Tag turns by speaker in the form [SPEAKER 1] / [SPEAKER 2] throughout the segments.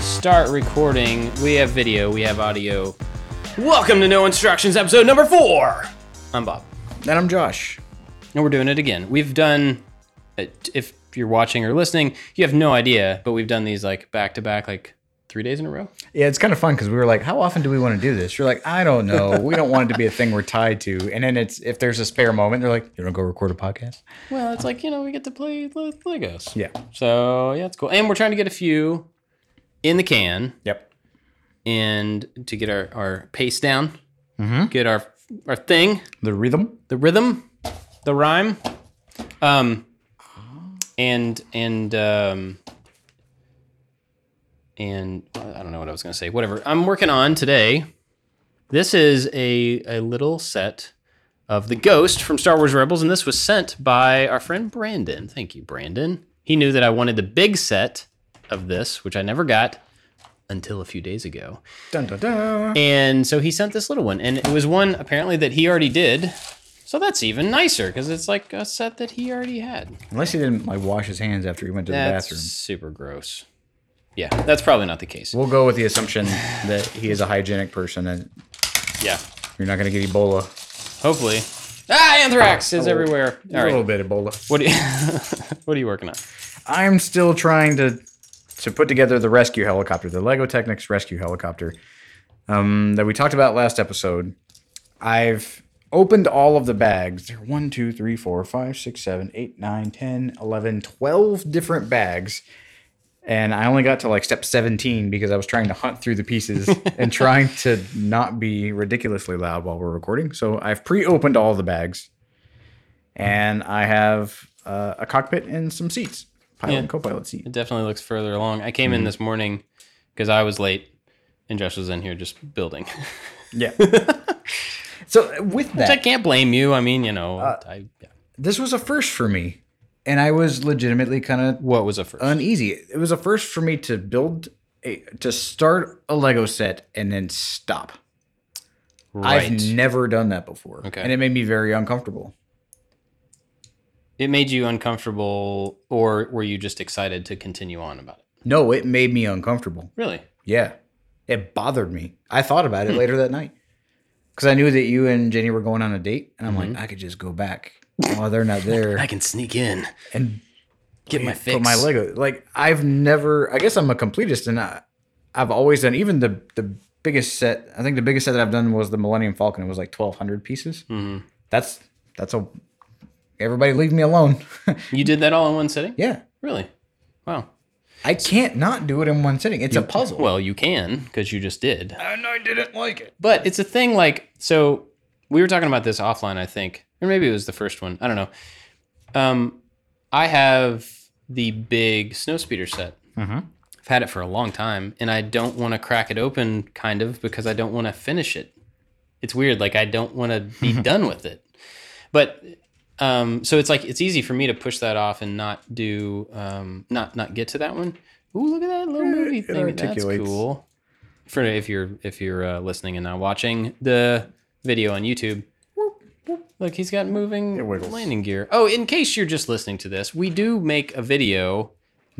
[SPEAKER 1] start recording. We have video, we have audio. Welcome to No Instructions, episode number four. I'm Bob,
[SPEAKER 2] Then I'm Josh.
[SPEAKER 1] and we're doing it again. We've done, uh, if you're watching or listening, you have no idea, but we've done these like back to back, like three days in a row.
[SPEAKER 2] Yeah, it's kind of fun because we were like, how often do we want to do this? You're like, I don't know. We don't want it to be a thing we're tied to. And then it's if there's a spare moment, they're like, you want to go record a podcast?
[SPEAKER 1] Well, it's like you know we get to play Le- Legos.
[SPEAKER 2] Yeah.
[SPEAKER 1] So yeah, it's cool, and we're trying to get a few in the can.
[SPEAKER 2] Yep.
[SPEAKER 1] and to get our, our pace down, get our our thing,
[SPEAKER 2] The rhythm.
[SPEAKER 1] the rhythm, the rhyme, um, and and um, and I don't know what I was gonna say. Whatever. I'm working on today. This is a a little set of the ghost from Star Wars Rebels, and this was sent by our friend Brandon. Thank you, Brandon. He knew that I wanted the big set of this, which I never got until a few days ago.
[SPEAKER 2] Dun, dun, dun.
[SPEAKER 1] And so he sent this little one, and it was one apparently that he already did. So that's even nicer because it's like a set that he already had.
[SPEAKER 2] Unless he didn't like wash his hands after he went to
[SPEAKER 1] That's
[SPEAKER 2] the bathroom.
[SPEAKER 1] super gross. Yeah, that's probably not the case.
[SPEAKER 2] We'll go with the assumption that he is a hygienic person and
[SPEAKER 1] Yeah,
[SPEAKER 2] you're not going to get Ebola.
[SPEAKER 1] hopefully. Ah, anthrax is everywhere. All
[SPEAKER 2] a little
[SPEAKER 1] right,
[SPEAKER 2] bit Ebola.
[SPEAKER 1] what are you, what are you working on?
[SPEAKER 2] I'm still trying to to put together the rescue helicopter, the Lego Technics rescue helicopter um, that we talked about last episode. I've opened all of the bags. There are 1, 2, 3, 4, 5, 6, 7, 8, 9, 10, 11, 12 different bags. And I only got to like step 17 because I was trying to hunt through the pieces and trying to not be ridiculously loud while we're recording. So I've pre opened all the bags and I have uh, a cockpit and some seats, pilot
[SPEAKER 1] Yeah.
[SPEAKER 2] and co pilot seat.
[SPEAKER 1] It definitely looks further along. I came in this morning because I was late, and Josh was in here just building.
[SPEAKER 2] Yeah. so uh, with
[SPEAKER 1] Which I
[SPEAKER 2] that,
[SPEAKER 1] can't blame you. I mean, you know, I, yeah.
[SPEAKER 2] this was a first for me, and I was legitimately kind of
[SPEAKER 1] what was a first?
[SPEAKER 2] uneasy. It was a first for me to build a to start a Lego set and then stop. I've never done that before,
[SPEAKER 1] Okay.
[SPEAKER 2] and it made me very uncomfortable.
[SPEAKER 1] it made you uncomfortable or were you just excited to continue on about it
[SPEAKER 2] No, it made me uncomfortable.
[SPEAKER 1] really
[SPEAKER 2] Yeah, it bothered me. I thought about it
[SPEAKER 1] Hmm.
[SPEAKER 2] later that night because I knew that you and Jenny were going on a date, and I'm like, I could just go back. Oh, they're not there.
[SPEAKER 1] Mm-hmm. i can sneak in
[SPEAKER 2] and
[SPEAKER 1] get my fix
[SPEAKER 2] But my Lego, like I've never. I guess I'm a completist, and I, I've always done even the the biggest set. I think the biggest set that I've done was the Millennium Falcon. It was like 1,200 pieces.
[SPEAKER 1] Mm-hmm.
[SPEAKER 2] That's that's a. Everybody, leave me alone.
[SPEAKER 1] you did that all in one sitting
[SPEAKER 2] yeah,
[SPEAKER 1] really wow
[SPEAKER 2] I can't not do it in one sitting. It's a puzzle.
[SPEAKER 1] well you can because you just did
[SPEAKER 2] and I didn't like it.
[SPEAKER 1] but it's a thing like so we were talking about this offline i think or maybe it was the first one i don't know um i have the big snowspeeder set i've had it for a long time and i don't want to crack it open kind of because i don't want to finish it it's weird like i don't want to be done with it but um so it's like it's easy for me to push that off and not do um not not get to that one Ooh, look at that little movie thing. That's
[SPEAKER 2] articulates.
[SPEAKER 1] cool for if you're if you're uh, listening and not watching the video on YouTube. Look, he's got moving
[SPEAKER 2] wiggles.
[SPEAKER 1] landing gear. Oh, in case you're just listening to this, we do make a video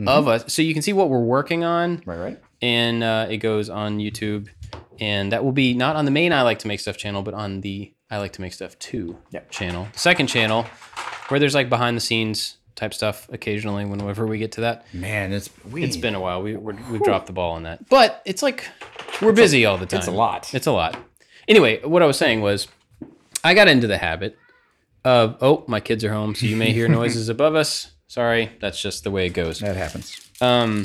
[SPEAKER 1] of us, so you can see what we're working on,
[SPEAKER 2] Mm-hmm. Right, right.
[SPEAKER 1] and uh, it goes on YouTube, and that will be not on the main I like to make stuff channel, but on the I like to make stuff two
[SPEAKER 2] Yep.
[SPEAKER 1] channel, second channel, where there's like behind the scenes type stuff occasionally whenever we get to that.
[SPEAKER 2] Man, it's we,
[SPEAKER 1] It's been a while. We we're, we've dropped the ball on that, but it's like we're busy all the time.
[SPEAKER 2] it's a lot.
[SPEAKER 1] It's a lot. Anyway, what I was saying was, I got into the habit of oh, my kids are home, so you may hear noises above us. Sorry, that's just the way it goes.
[SPEAKER 2] that happens.
[SPEAKER 1] Um,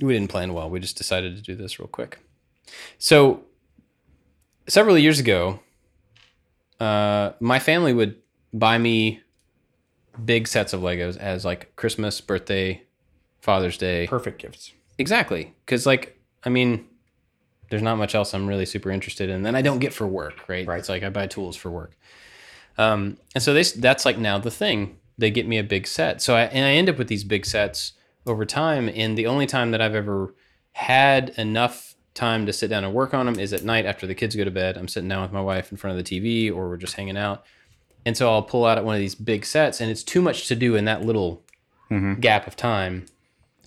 [SPEAKER 1] we didn't plan well. We just decided to do this real quick. So, several years ago, uh, my family would buy me big sets of Legos as like Christmas, birthday, Father's Day.
[SPEAKER 2] Perfect gifts.
[SPEAKER 1] Exactly. Because, like, I mean, there's not much else I'm really super interested in. And I don't get for work, right? It's like I buy tools for work. Um, and so they, s- that's like now the thing. They get me a big set. So I, and I end up with these big sets over time. And the only time that I've ever had enough time to sit down and work on them is at night after the kids go to bed. I'm sitting down with my wife in front of the TV or we're just hanging out. And so I'll pull out at one of these big sets and it's too much to do in that little gap of time.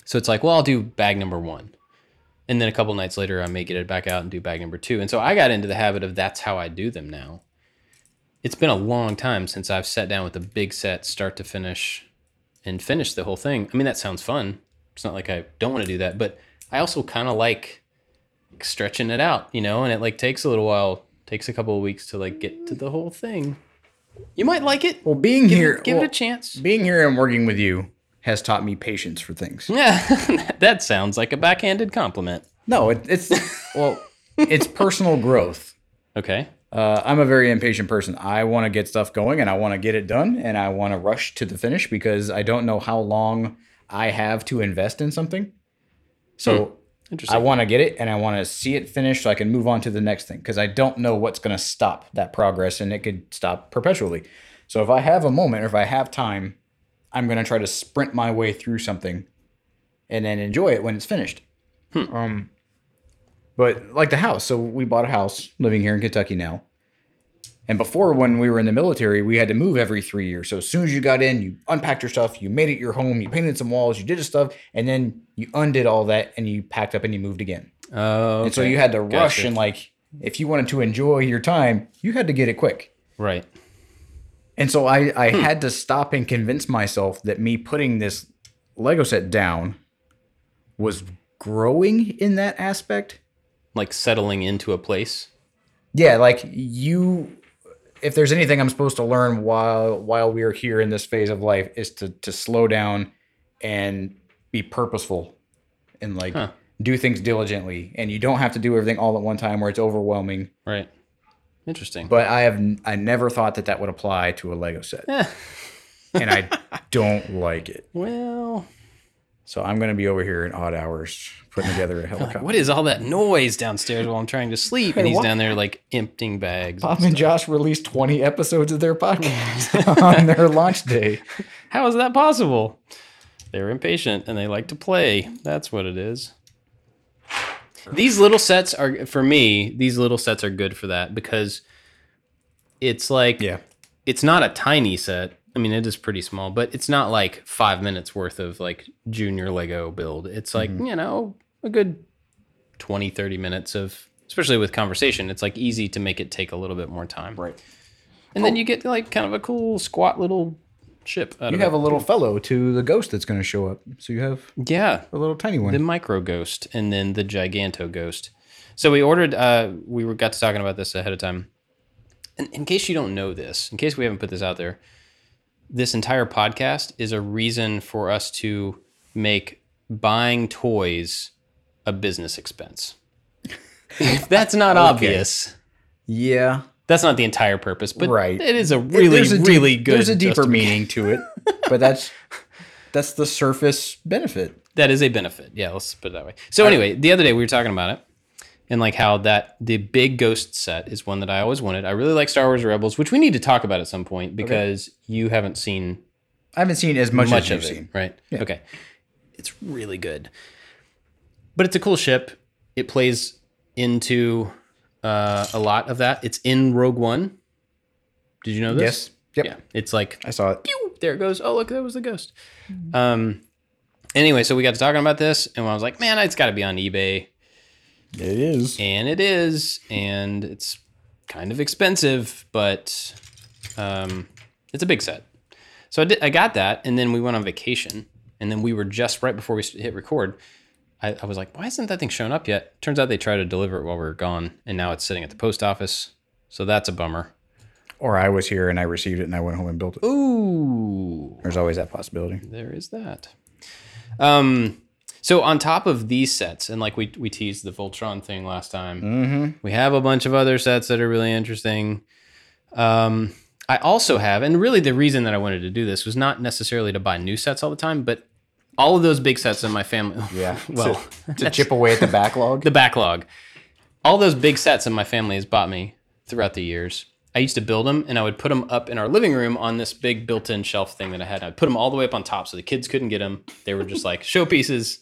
[SPEAKER 1] So it's like, well, I'll do bag number one. and then a couple nights later, I may get it back out and do bag number two. And so I got into the habit of that's how I do them now. It's been a long time since I've sat down with a big set, start to finish, and finish the whole thing. I mean, that sounds fun. It's not like I don't want to do that, but I also kind of like stretching it out, you know. And it like takes a little while, takes a couple of weeks to like get to the whole thing. You might like it.
[SPEAKER 2] Well, being
[SPEAKER 1] Give,
[SPEAKER 2] here,
[SPEAKER 1] it, give
[SPEAKER 2] well,
[SPEAKER 1] it a chance.
[SPEAKER 2] being here and working with you has taught me patience for things.
[SPEAKER 1] Hmm. Yeah, that sounds like a backhanded compliment.
[SPEAKER 2] No, it, it's well, it's personal growth.
[SPEAKER 1] Okay.
[SPEAKER 2] Uh, I'm a very impatient person. I want to get stuff going and I want to get it done and I want to rush to the finish because I don't know how long I have to invest in something. So I
[SPEAKER 1] Interesting.
[SPEAKER 2] want to get it and I want to see it finished so I can move on to the next thing because I don't know what's going to stop that progress and it could stop perpetually. So if I have a moment or if I have time, I'm going to try to sprint my way through something and then enjoy it when it's finished. Um, but like the house, so we bought a house living here in Kentucky now. And before, when we were in the military, we had to move every three years. So as soon as you got in, you unpacked your stuff, you made it your home, you painted some walls, you did your stuff, and then you undid all that and you packed up and you moved again.
[SPEAKER 1] Oh,
[SPEAKER 2] And so you had to rush
[SPEAKER 1] Gotcha.
[SPEAKER 2] and like, if you wanted to enjoy your time, you had to get it quick.
[SPEAKER 1] right.
[SPEAKER 2] And so I, I had to stop and convince myself that me putting this Lego set down was growing in that aspect.
[SPEAKER 1] Like settling into a place.
[SPEAKER 2] Yeah, like you if there's anything I'm supposed to learn while while we're here in this phase of life is to to slow down and be purposeful and like
[SPEAKER 1] Huh.
[SPEAKER 2] do things diligently and you don't have to do everything all at one time where it's overwhelming.
[SPEAKER 1] Right. Interesting.
[SPEAKER 2] But I have n- I never thought that that would apply to a Lego set.
[SPEAKER 1] Eh,
[SPEAKER 2] and I don't like it.
[SPEAKER 1] well,
[SPEAKER 2] So I'm going to be over here in odd hours putting together a helicopter.
[SPEAKER 1] what is all that noise downstairs while I'm trying to sleep? And
[SPEAKER 2] Hey,
[SPEAKER 1] he's
[SPEAKER 2] what?
[SPEAKER 1] down there like emptying bags.
[SPEAKER 2] Bob and Josh released 20 episodes of their podcast on their launch day.
[SPEAKER 1] How is that possible? They're impatient and they like to play. That's what it is. These little sets are for me, these little sets are good for that because it's like
[SPEAKER 2] Yeah.
[SPEAKER 1] it's not a tiny set. I mean, it is pretty small, but it's not like five minutes worth of like junior Lego build. It's like,
[SPEAKER 2] Mm-hmm.
[SPEAKER 1] you know, a good 20, 30 minutes of, especially with conversation, it's like easy to make it take a little bit more time.
[SPEAKER 2] Right.
[SPEAKER 1] And then you get like kind of a cool squat little ship out
[SPEAKER 2] You
[SPEAKER 1] of
[SPEAKER 2] have
[SPEAKER 1] it.
[SPEAKER 2] a little fellow to the ghost that's going to show up. So you have
[SPEAKER 1] yeah.
[SPEAKER 2] a little tiny
[SPEAKER 1] the
[SPEAKER 2] one.
[SPEAKER 1] micro ghost and then the giganto ghost so we ordered uh we were got to talking about this ahead of time in, in case you don't know this in case we haven't put this out there this entire podcast is a reason for us to make buying toys a business expense if that's not obvious
[SPEAKER 2] Yeah.
[SPEAKER 1] that's not the entire purpose but
[SPEAKER 2] Right.
[SPEAKER 1] it is a really
[SPEAKER 2] There's a deep-
[SPEAKER 1] really good
[SPEAKER 2] There's a deeper
[SPEAKER 1] justification.
[SPEAKER 2] meaning to it, but that's that's the surface benefit.
[SPEAKER 1] that is a benefit. Yeah, let's put it that way. So anyway, the other day we were talking about it and like how that the big ghost set is one that I always wanted. I really like Star Wars Rebels, which we need to talk about at some point because you haven't seen
[SPEAKER 2] I haven't seen as much,
[SPEAKER 1] much
[SPEAKER 2] as
[SPEAKER 1] of
[SPEAKER 2] you've
[SPEAKER 1] it,
[SPEAKER 2] seen.
[SPEAKER 1] right? Okay. It's really good. But it's a cool ship. It plays into uh, a lot of that. It's in Rogue One. Did you know this?
[SPEAKER 2] Yes. Yep.
[SPEAKER 1] Yeah. It's like
[SPEAKER 2] I saw it.
[SPEAKER 1] pew, there it goes. Oh, look, that was the ghost. Um, anyway, so we got to talking about this, and I was like, man, it's got to be on eBay,
[SPEAKER 2] It is.
[SPEAKER 1] and it is, and it's kind of expensive, but um, it's a big set. So I did, I got that, and then we went on vacation, and then we were just right before we s- hit record. I, I was like, why isn't that thing showing up yet? Turns out they tried to deliver it while we were gone, and now it's sitting at the post office. So that's a bummer.
[SPEAKER 2] Or I was here and I received it and I went home and built it.
[SPEAKER 1] Ooh.
[SPEAKER 2] There's always that possibility.
[SPEAKER 1] there is that. Um, so on top of these sets, and like we we teased the Voltron thing last time, we have a bunch of other sets that are really interesting. Um, I also have, and really the reason that I wanted to do this was not necessarily to buy new sets all the time, but all of those big sets in my family.
[SPEAKER 2] Yeah.
[SPEAKER 1] well,
[SPEAKER 2] to, to chip away at the backlog.
[SPEAKER 1] the backlog. All those big sets in my family has bought me throughout the years. I used to build them and I would put them up in our living room on this big built in shelf thing that I had. I'd put them all the way up on top so the kids couldn't get them. They were just like showpieces.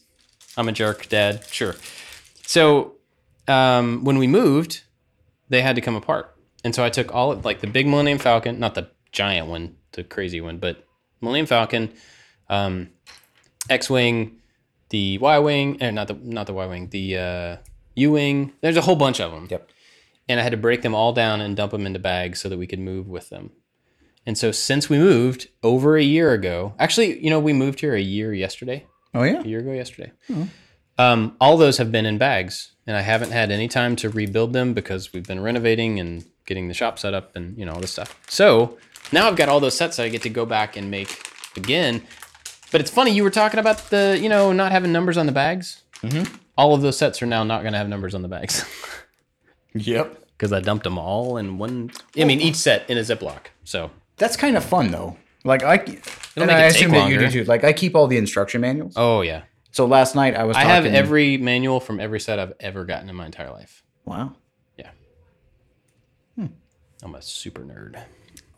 [SPEAKER 1] I'm a jerk, dad. Sure. So um, when we moved, they had to come apart. And so I took all of like the big Millennium Falcon, not the giant one, the crazy one, but Millennium Falcon, um, X Wing, the Y wing, eh, not the not the Y wing, the uh, U wing. There's a whole bunch of them.
[SPEAKER 2] Yep.
[SPEAKER 1] And I had to break them all down and dump them into bags so that we could move with them. And so since we moved over a year ago, actually, you know, we moved here a year yesterday,
[SPEAKER 2] Oh yeah.
[SPEAKER 1] a year ago yesterday. Um, all those have been in bags, and I haven't had any time to rebuild them because we've been renovating and getting the shop set up and you know all this stuff. So now I've got all those sets that I get to go back and make again. But it's funny you were talking about the you know not having numbers on the bags. All of those sets are now not going to have numbers on the bags
[SPEAKER 2] Yep.
[SPEAKER 1] because I dumped them all in one. I mean, each set in a Ziploc. So
[SPEAKER 2] That's kind of fun though. Like I, and
[SPEAKER 1] make
[SPEAKER 2] I
[SPEAKER 1] it take
[SPEAKER 2] assume that you do
[SPEAKER 1] longer.
[SPEAKER 2] too. Like I keep all the instruction manuals.
[SPEAKER 1] oh yeah,
[SPEAKER 2] So last night I was.
[SPEAKER 1] I
[SPEAKER 2] Talking,
[SPEAKER 1] have every manual from every set I've ever gotten in my entire life.
[SPEAKER 2] Wow.
[SPEAKER 1] Yeah. Hmm. I'm a super nerd.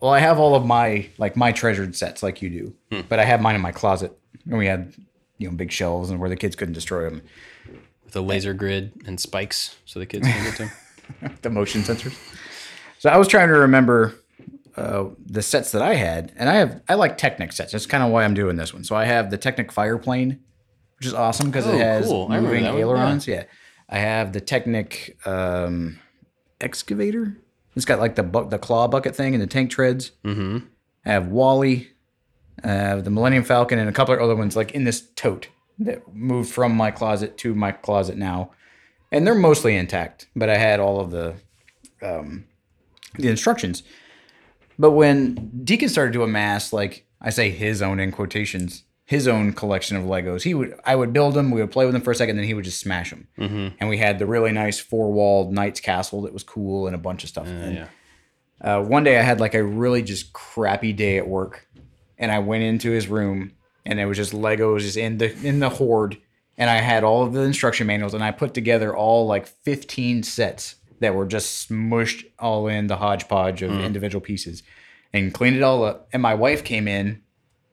[SPEAKER 2] Well, I have all of my like my treasured sets, like you do, but I have mine in my closet, and we had you know big shelves and where the kids couldn't destroy them.
[SPEAKER 1] With a laser grid and spikes so the kids can get to 'em.
[SPEAKER 2] the motion sensors. So I was trying to remember uh, the sets that I had, and I have I like Technic sets. That's kind of why I'm doing this one. So I have the Technic Fireplane, which is awesome because
[SPEAKER 1] Oh,
[SPEAKER 2] it has
[SPEAKER 1] cool. I remember
[SPEAKER 2] moving
[SPEAKER 1] that one, yeah.
[SPEAKER 2] ailerons. Yeah. I have the Technic um, excavator. It's got like the bu- the claw bucket thing and the tank treads. Mm-hmm. I have Wally. I have the Millennium Falcon and a couple of other ones like in this tote that moved from my closet to my closet now and they're mostly intact. But I had all of the um, the instructions. But when Deacon started to amass, like I say, his own in quotations, his own collection of Legos, he would I would build them, we would play with them for a second, then he would just smash them.
[SPEAKER 1] Mm-hmm.
[SPEAKER 2] And we had the really nice four walled Knight's Castle that was cool and a bunch of stuff. And,
[SPEAKER 1] yeah.
[SPEAKER 2] uh, one day I had like a really just crappy day at work, and I went into his room, and it was just Legos just in the in the hoard, and I had all of the instruction manuals, and I put together all like fifteen sets that were just smushed all in the hodgepodge of individual pieces, and cleaned it all up. And my wife came in,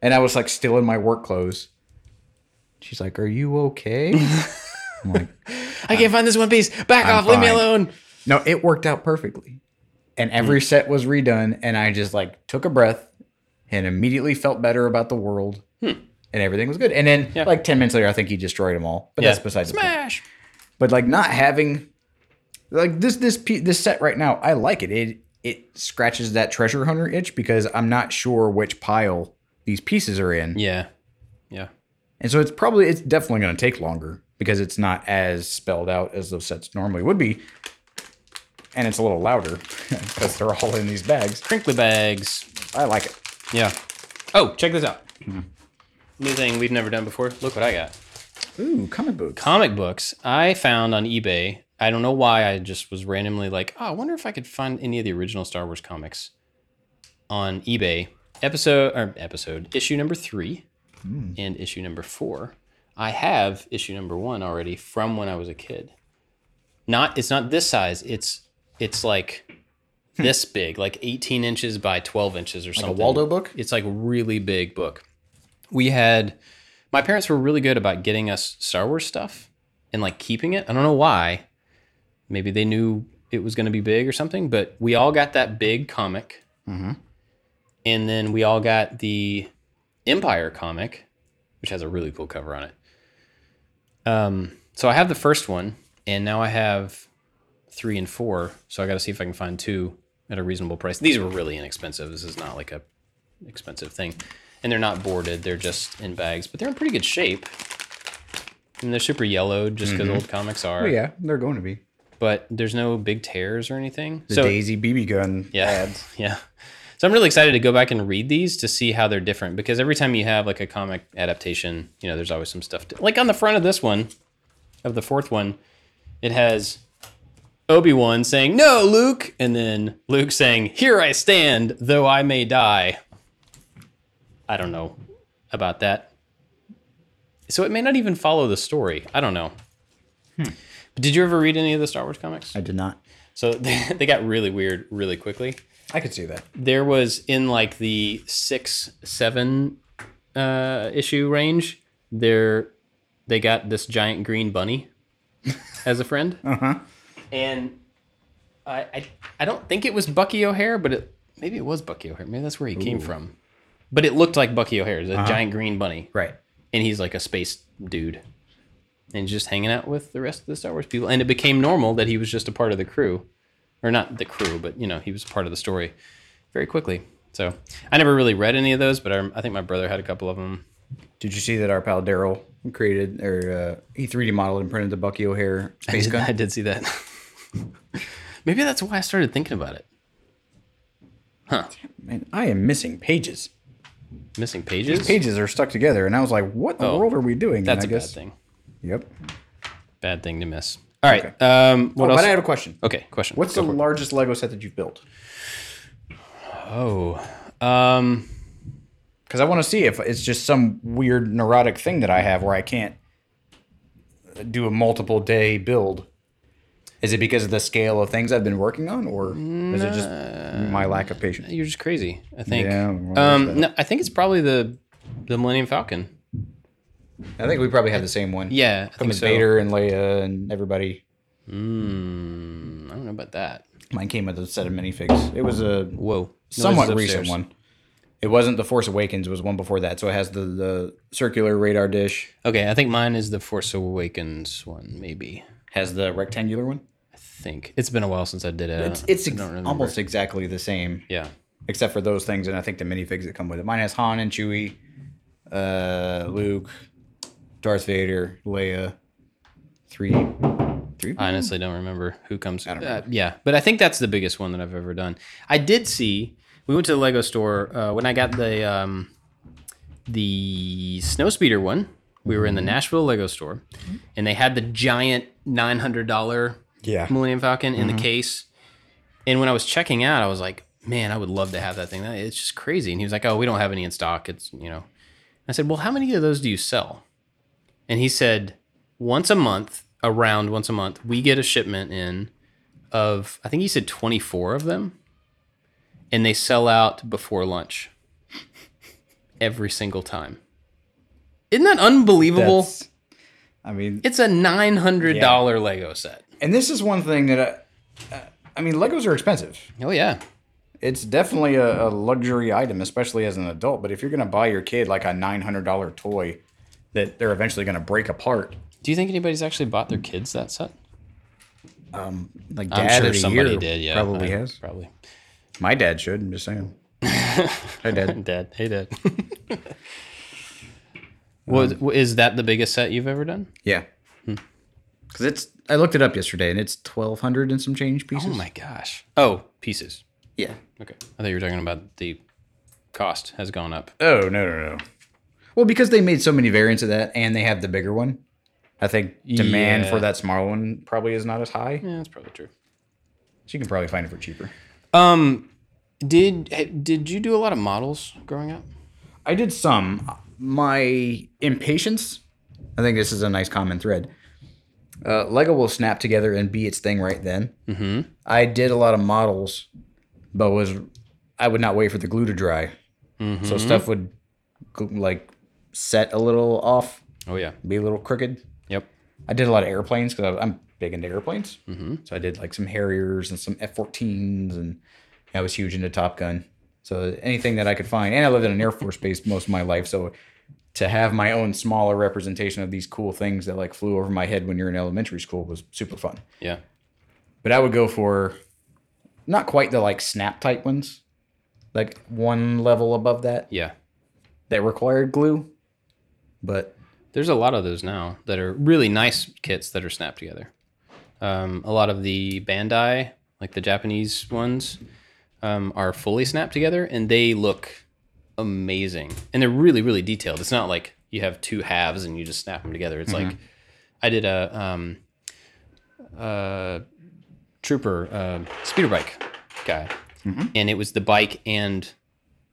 [SPEAKER 2] and I was like still in my work clothes. She's like, "Are you okay?" I'm like,
[SPEAKER 1] I can't find this one piece. Back
[SPEAKER 2] I'm
[SPEAKER 1] off. Leave me
[SPEAKER 2] fine.
[SPEAKER 1] alone.
[SPEAKER 2] no, it worked out perfectly. And
[SPEAKER 1] Hmm.
[SPEAKER 2] every set was redone, and I just like took a breath and immediately felt better about the world. And everything was good. And then,
[SPEAKER 1] Hmm. Yeah.
[SPEAKER 2] like 10 minutes later, I think he destroyed them all. But that's
[SPEAKER 1] Yeah.
[SPEAKER 2] besides the point.
[SPEAKER 1] Smash.
[SPEAKER 2] But like not having, like this this pe- this set right now, I like it. It it scratches that treasure hunter itch because I'm not sure which pile these pieces are in.
[SPEAKER 1] Yeah. Yeah.
[SPEAKER 2] And so it's probably it's definitely going to take longer because it's not as spelled out as those sets normally would be, and it's a little louder because they're all in these bags.
[SPEAKER 1] Crinkly bags.
[SPEAKER 2] I like it.
[SPEAKER 1] Yeah. Oh, check this out. New thing we've never done before. Look what I got.
[SPEAKER 2] Ooh, comic book.
[SPEAKER 1] Comic books I found on eBay. I don't know why. I just was randomly like, oh, I wonder if I could find any of the original Star Wars comics on eBay. Episode or episode issue number three
[SPEAKER 2] Hmm.
[SPEAKER 1] and issue number four. I have issue number one already from when I was a kid. Not it's not this size. It's it's like this big, like 18 inches by 12 inches or
[SPEAKER 2] A
[SPEAKER 1] something.
[SPEAKER 2] Waldo book.
[SPEAKER 1] It's like a really big book. We had my parents were really good about getting us Star Wars stuff and like keeping it. I don't know why. Maybe they knew it was going to be big or something, but we all got that big comic. And then we all got the Empire comic, which has a really cool cover on it. Um, so I have the first one, and now I have three and four. So I got to see if I can find two at a reasonable price. These were really inexpensive. This is not like a expensive thing. And they're not boarded, they're just in bags, but they're in pretty good shape. And they're super yellowed just because old comics are.
[SPEAKER 2] Oh yeah, they're going to be
[SPEAKER 1] But there's no big tears or anything.
[SPEAKER 2] the
[SPEAKER 1] so
[SPEAKER 2] Daisy BB gun Uh,
[SPEAKER 1] yeah.
[SPEAKER 2] ads.
[SPEAKER 1] Yeah. So I'm really excited to go back and read these to see how they're different because every time you have like a comic adaptation, you know, there's always some stuff. To, like on the front of this one, of the fourth one, it has Obi Wan saying, No, Luke. And then Luke saying, Here I stand, though I may die. I don't know about that. So it may not even follow the story. I don't know. But did you ever read any of the Star Wars comics?
[SPEAKER 2] Hmm. I did not.
[SPEAKER 1] So they, they got really weird really quickly
[SPEAKER 2] I could see that.
[SPEAKER 1] there was in like the six seven uh, issue range there they got this giant green bunny as a friend and I, I i don't think it was bucky o'hare but it maybe it was bucky o'hare maybe that's where he came from but it looked like bucky o'hare the giant green bunny
[SPEAKER 2] Right.
[SPEAKER 1] and he's like a space dude and just hanging out with the rest of the Star Wars people. And it became normal that he was just a part of the crew, or not the crew, but you know, he was part of the story very quickly. So I never really read any of those, but I, I think my brother had a couple of them.
[SPEAKER 2] Did you see that our pal Daryl created or uh, he 3D modeled and printed the Bucky O'Hare
[SPEAKER 1] I
[SPEAKER 2] space
[SPEAKER 1] did, I
[SPEAKER 2] gun?
[SPEAKER 1] did see that. Maybe that's why I started thinking about it.
[SPEAKER 2] Man, I am missing pages.
[SPEAKER 1] Missing pages.
[SPEAKER 2] Pages are stuck together, and I was like, "What in the
[SPEAKER 1] Oh,
[SPEAKER 2] world are we doing?" And
[SPEAKER 1] That's
[SPEAKER 2] I
[SPEAKER 1] a
[SPEAKER 2] guess,
[SPEAKER 1] bad thing.
[SPEAKER 2] Yep.
[SPEAKER 1] Bad thing to miss. All right. Um, what
[SPEAKER 2] Oh,
[SPEAKER 1] else?
[SPEAKER 2] but I have a question.
[SPEAKER 1] okay. Question.
[SPEAKER 2] What's
[SPEAKER 1] Go
[SPEAKER 2] the largest Lego set that you've built?
[SPEAKER 1] for it. Oh. Um,
[SPEAKER 2] Because I want to see if it's just some weird neurotic thing that I have where I can't do a multiple day build. Is it because of the scale of things I've been working on, or is it just my lack of patience?
[SPEAKER 1] You're just crazy. I think.
[SPEAKER 2] Yeah, well, there's
[SPEAKER 1] um,
[SPEAKER 2] that.
[SPEAKER 1] no, I think it's probably the the Millennium Falcon.
[SPEAKER 2] I think we probably have the same one.
[SPEAKER 1] Yeah, I think
[SPEAKER 2] Comes
[SPEAKER 1] so.
[SPEAKER 2] Vader and Leia and everybody.
[SPEAKER 1] Mm, I don't know about that.
[SPEAKER 2] Mine came with a set of minifigs. It was a
[SPEAKER 1] Whoa.
[SPEAKER 2] somewhat
[SPEAKER 1] Noises
[SPEAKER 2] recent
[SPEAKER 1] upstairs.
[SPEAKER 2] one. It wasn't the Force Awakens. It was one before that. So it has the, the circular radar dish.
[SPEAKER 1] Okay, I think mine is the Force Awakens one. Maybe.
[SPEAKER 2] Has the rectangular one.
[SPEAKER 1] I think it's been a while since I did it. I
[SPEAKER 2] It's
[SPEAKER 1] don't-
[SPEAKER 2] it's
[SPEAKER 1] I
[SPEAKER 2] ex-
[SPEAKER 1] don't remember.
[SPEAKER 2] almost exactly the same,
[SPEAKER 1] Yeah.
[SPEAKER 2] except for those things, and I think the minifigs that come with it. Mine has Han and Chewie, uh, Luke, Darth Vader, Leia, three, three.
[SPEAKER 1] I honestly don't remember who comes.
[SPEAKER 2] Hmm. don't
[SPEAKER 1] Uh, yeah, but I think that's the biggest one that I've ever done. I did see. We went to the Lego store uh, when I got the um, the Snowspeeder one. We were in
[SPEAKER 2] Hmm.
[SPEAKER 1] the Nashville Lego store, and they had the giant nine hundred dollar
[SPEAKER 2] Yeah.
[SPEAKER 1] Millennium Falcon in the case. And when I was checking out, I was like, "Man, I would love to have that thing. That- It's just crazy." And he was like, "Oh, we don't have any in stock. It's you know." I said, "Well, how many of those do you sell?" And he said, "Once a month, around once a month, we get a shipment in of I think he said 24 of them, and they sell out before lunch every single time." Isn't that unbelievable?
[SPEAKER 2] That's- I mean,
[SPEAKER 1] it's a $900 Lego set.
[SPEAKER 2] and this is one thing that I, I mean, Legos are expensive.
[SPEAKER 1] Oh yeah.
[SPEAKER 2] It's definitely a, a luxury item, especially as an adult. But if you're gonna buy your kid like a nine hundred dollar toy that they're eventually gonna break apart,
[SPEAKER 1] Do you think anybody's actually bought their kids that set?
[SPEAKER 2] like
[SPEAKER 1] I'm
[SPEAKER 2] dad
[SPEAKER 1] sure
[SPEAKER 2] of the
[SPEAKER 1] somebody
[SPEAKER 2] year
[SPEAKER 1] did. Yeah,
[SPEAKER 2] probably
[SPEAKER 1] I-
[SPEAKER 2] has.
[SPEAKER 1] Probably.
[SPEAKER 2] My dad should. I'm just saying. Hi, dad.
[SPEAKER 1] Dad, hey dad. Was is that the biggest set you've ever done?
[SPEAKER 2] Yeah.
[SPEAKER 1] Hmm.
[SPEAKER 2] Because it's, I looked it up yesterday and it's 1,200 and some change pieces.
[SPEAKER 1] Oh my gosh. Oh, pieces.
[SPEAKER 2] Yeah.
[SPEAKER 1] Okay. I thought you were talking about the cost has gone up.
[SPEAKER 2] Oh, no, no, no. Well, because they made so many variants of that and they have the bigger one, I think demand
[SPEAKER 1] Yeah.
[SPEAKER 2] for that smaller one probably is not as high.
[SPEAKER 1] Yeah, that's probably true.
[SPEAKER 2] So you can probably find it for cheaper.
[SPEAKER 1] Um, did eh, did you do a lot of models growing up?
[SPEAKER 2] I did some. My impatience, I think this is a nice common thread. Uh, Lego will snap together and be its thing right then. Mm-hmm. I did a lot of models, but was I would not wait for the glue to dry, so stuff would gl- like set a little off,
[SPEAKER 1] Oh yeah.
[SPEAKER 2] be a little crooked.
[SPEAKER 1] Yep.
[SPEAKER 2] I did a lot of airplanes because I'm big into airplanes, so I did like some Harriers and some F-14s, and I was huge into Top Gun. So anything that I could find, and I lived in an Air Force base most of my life, so to have my own smaller representation of these cool things that like flew over my head when you're in elementary school was super fun.
[SPEAKER 1] Yeah.
[SPEAKER 2] But I would go for not quite the like snap type ones, like one level above that
[SPEAKER 1] Yeah.
[SPEAKER 2] that required glue, but
[SPEAKER 1] There's a lot of those now that are really nice kits that are snapped together. Um, a lot of the Bandai, like the Japanese ones, um, are fully snapped together and they look amazing. And they're really, really detailed. It's not like you have two halves and you just snap them together. It's like I did a um, uh, trooper uh, speeder bike guy, and it was the bike and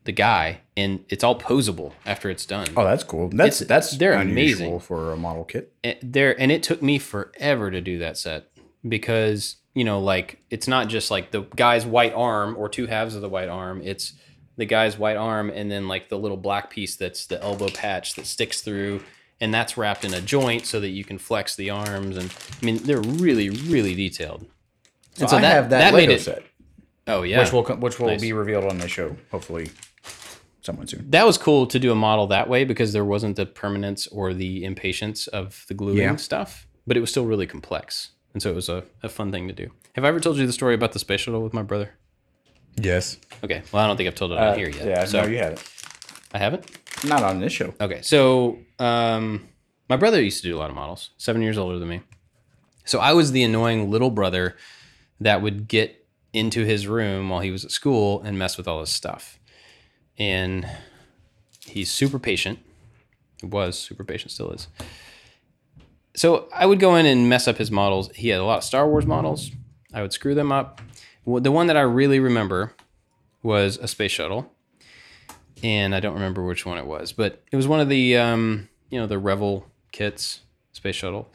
[SPEAKER 1] the guy, and it's all posable after it's done
[SPEAKER 2] oh, that's cool. That's
[SPEAKER 1] It's-
[SPEAKER 2] that's
[SPEAKER 1] they're
[SPEAKER 2] unusual
[SPEAKER 1] amazing.
[SPEAKER 2] for a model kit.
[SPEAKER 1] it- there and it took me forever to do that set because you know like it's not just like the guy's white arm or two halves of the white arm it's the guy's white arm and then like the little black piece that's the elbow patch that sticks through and that's wrapped in a joint so that you can flex the arms and i mean they're really really detailed
[SPEAKER 2] So,
[SPEAKER 1] so
[SPEAKER 2] I
[SPEAKER 1] that-
[SPEAKER 2] have that,
[SPEAKER 1] that
[SPEAKER 2] Lego
[SPEAKER 1] made it-
[SPEAKER 2] set,
[SPEAKER 1] oh yeah
[SPEAKER 2] which will co- which will be revealed on the show hopefully someone soon.
[SPEAKER 1] that was cool to do a model that way because there wasn't the permanence or the impatience of the gluing
[SPEAKER 2] Yeah.
[SPEAKER 1] stuff, but it was still really complex. And so it was a, a fun thing to do. Have I ever told you the story about the space shuttle with my brother?
[SPEAKER 3] Yes.
[SPEAKER 1] Okay. Well, I don't think I've told it on here yet.
[SPEAKER 2] Uh, Yeah,
[SPEAKER 1] so
[SPEAKER 2] no, you had it.
[SPEAKER 1] I haven't.
[SPEAKER 2] Not on this show.
[SPEAKER 1] Okay, so um, my brother used to do a lot of models, seven years older than me. So I was the annoying little brother that would get into his room while he was at school and mess with all his stuff. And he's super patient. He was super patient, still is. So I would go in and mess up his models. He had a lot of Star Wars models. I would screw them up. Well, The one that I really remember was a space shuttle and I don't remember which one it was, but it was one of the um, you know the Revel kits, space shuttle.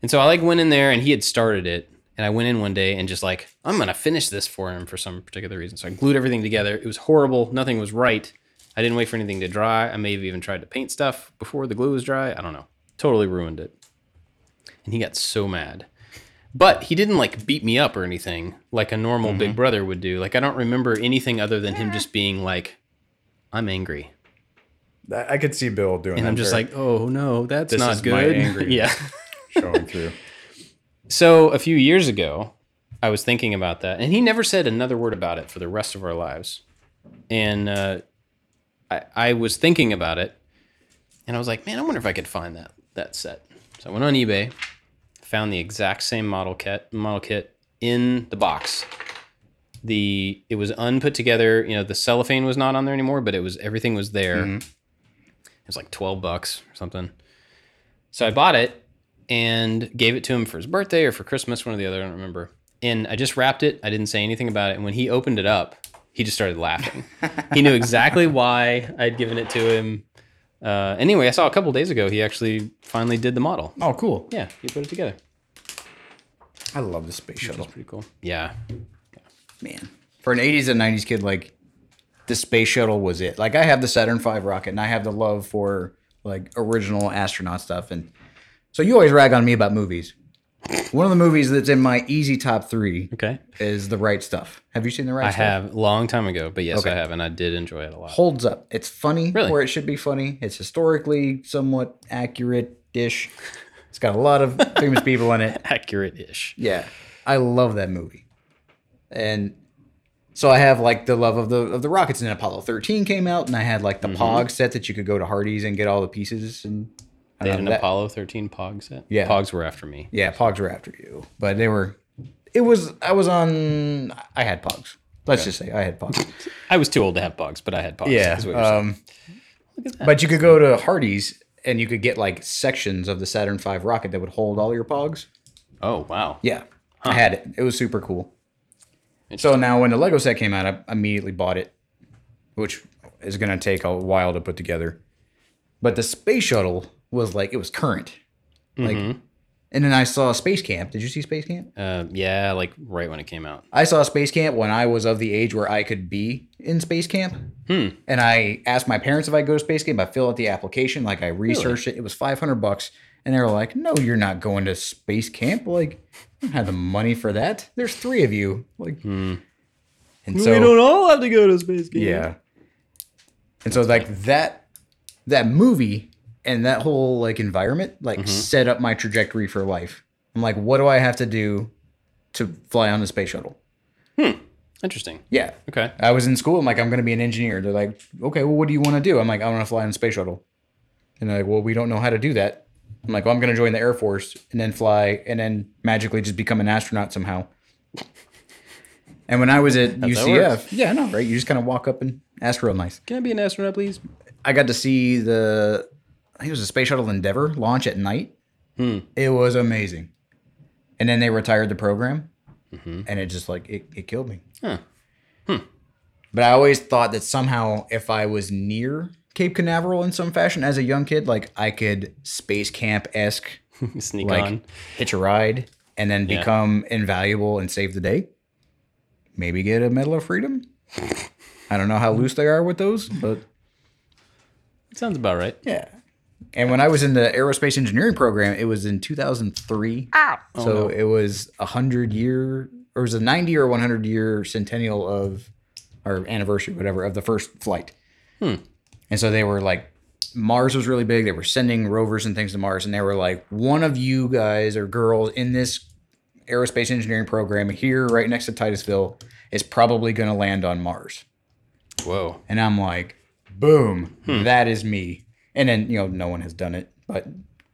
[SPEAKER 1] And so I like went in there, and he had started it, and I went in one day and just like I'm gonna finish this for him for some particular reason. So I glued everything together. It was horrible. Nothing was right. I didn't wait for anything to dry. I may have even tried to paint stuff before the glue was dry. I don't know. Totally ruined it. And he got so mad. But he didn't like beat me up or anything like a normal big brother would do. Like I don't remember anything other than him just being like, I'm angry.
[SPEAKER 2] I I could see Bill doing
[SPEAKER 1] And
[SPEAKER 2] that.
[SPEAKER 1] I'm just
[SPEAKER 2] very-
[SPEAKER 1] like, oh no, that's
[SPEAKER 2] This
[SPEAKER 1] not
[SPEAKER 2] is
[SPEAKER 1] good.
[SPEAKER 2] my angry.
[SPEAKER 1] yeah.
[SPEAKER 2] showing through.
[SPEAKER 1] So a few years ago, I was thinking about that, and he never said another word about it for the rest of our lives. And uh, I, I was thinking about it, and I was like, man, I wonder if I could find that that set. So I went on eBay, found the exact same model kit model kit in the box. The it was unput together. You know, the cellophane was not on there anymore, but it was everything was there. It was like twelve bucks or something. So I bought it and gave it to him for his birthday or for Christmas, one or the other, I don't remember. And I just wrapped it. I didn't say anything about it. And when he opened it up, he just started laughing. he knew exactly why I'd given it to him. Uh, anyway, I saw a couple days ago he actually finally did the model.
[SPEAKER 2] Oh, cool.
[SPEAKER 1] Yeah, he put it together.
[SPEAKER 2] I love the space shuttle.
[SPEAKER 1] That's pretty cool. Yeah,
[SPEAKER 2] Man. For an 80s and 90s kid, like, the space shuttle was it. Like, I have the Saturn V rocket and I have the love for, like, original astronaut stuff. And so you always rag on me about movies. One of the movies that's in my easy top three
[SPEAKER 1] Okay.
[SPEAKER 2] is The Right Stuff. Have you seen The Right
[SPEAKER 1] I
[SPEAKER 2] Stuff?
[SPEAKER 1] have long time ago, but yes, I have, and I did enjoy it a lot.
[SPEAKER 2] Holds up. It's funny
[SPEAKER 1] Really?
[SPEAKER 2] where it should be funny. It's historically somewhat accurate ish. It's got a lot of famous people in it.
[SPEAKER 1] Accurate-ish.
[SPEAKER 2] Yeah, I love that movie, and so I have like the love of the of the rockets. And then Apollo thirteen came out, and I had like the
[SPEAKER 1] Mm-hmm.
[SPEAKER 2] Pog set that you could go to Hardee's and get all the pieces. And I
[SPEAKER 1] They
[SPEAKER 2] don't
[SPEAKER 1] had an
[SPEAKER 2] know, that-
[SPEAKER 1] Apollo 13 Pog set.
[SPEAKER 2] Yeah.
[SPEAKER 1] Pogs were after me.
[SPEAKER 2] Yeah, Pogs were after you, but they were. It was I was on. I had Pogs. Let's just say I had Pogs.
[SPEAKER 1] I was too old to have Pogs, but I had Pogs.
[SPEAKER 2] yeah,
[SPEAKER 1] is what you're saying.
[SPEAKER 2] um, but you could go to Hardee's and you could get like sections of the Saturn V rocket that would hold all your Pogs.
[SPEAKER 1] oh wow.
[SPEAKER 2] Yeah, I had it. It was super cool. So now, when the Lego set came out, I immediately bought it, which is going to take a while to put together. But the space shuttle was like it was current, like.
[SPEAKER 1] Mm-hmm.
[SPEAKER 2] And then I saw Space Camp. Did you see Space Camp?
[SPEAKER 1] Um, yeah, like right when it came out.
[SPEAKER 2] I saw Space Camp when I was of the age where I could be in Space Camp. And I asked my parents if I go to Space Camp. I filled out the application, like I researched it. It was five hundred bucks, and they were like, "No, you're not going to Space Camp. Like, I don't have the money for that. There's three of you. Like, and so
[SPEAKER 1] all have to go to space game.
[SPEAKER 2] Yeah. And so like that that movie and that whole like environment like set up my trajectory for life. I'm like, what do I have to do to fly on the space shuttle?
[SPEAKER 1] Interesting.
[SPEAKER 2] Yeah.
[SPEAKER 1] Okay.
[SPEAKER 2] I was in school. I'm like, I'm going to be an engineer. They're like, okay, well, what do you want to do? I'm like, I want to fly on a space shuttle. And they're like, well, we don't know how to do that. I'm like, well, I'm going to join the Air Force and then fly and then magically just become an astronaut somehow. And when I was at
[SPEAKER 1] how it
[SPEAKER 2] UCF, yeah, no, right? You just kind of walk up and ask real nice.
[SPEAKER 1] Can I be an astronaut, please?
[SPEAKER 2] I got to see the I think it was a space shuttle Endeavor launch at night.
[SPEAKER 1] Hmm.
[SPEAKER 2] It was amazing. And then they retired the program, and it just like it, it killed me.
[SPEAKER 1] Mm-hmm. Huh. Hmm.
[SPEAKER 2] But I always thought that somehow if I was near Cape Canaveral in some fashion as a young kid, like I could space camp esque
[SPEAKER 1] Sneak
[SPEAKER 2] like
[SPEAKER 1] on.
[SPEAKER 2] hitch a ride and then
[SPEAKER 1] Yeah.
[SPEAKER 2] become invaluable and save the day. Maybe get a Medal of Freedom. I don't know how loose they are with those, but
[SPEAKER 1] Sounds about right.
[SPEAKER 2] yeah. And when I was in the aerospace engineering program, it was in 2003. So it was a hundred year, or it was a 90 or 100 year centennial of, or anniversary, whatever, of the first flight. And so they were like, Mars was really big. They were sending rovers and things to Mars, and they were like, one of you guys or girls in this aerospace engineering program here, right next to Titusville, is probably going to land on Mars.
[SPEAKER 1] Whoa.
[SPEAKER 2] And I'm like, boom, that is me. And then you know, no one has done it, but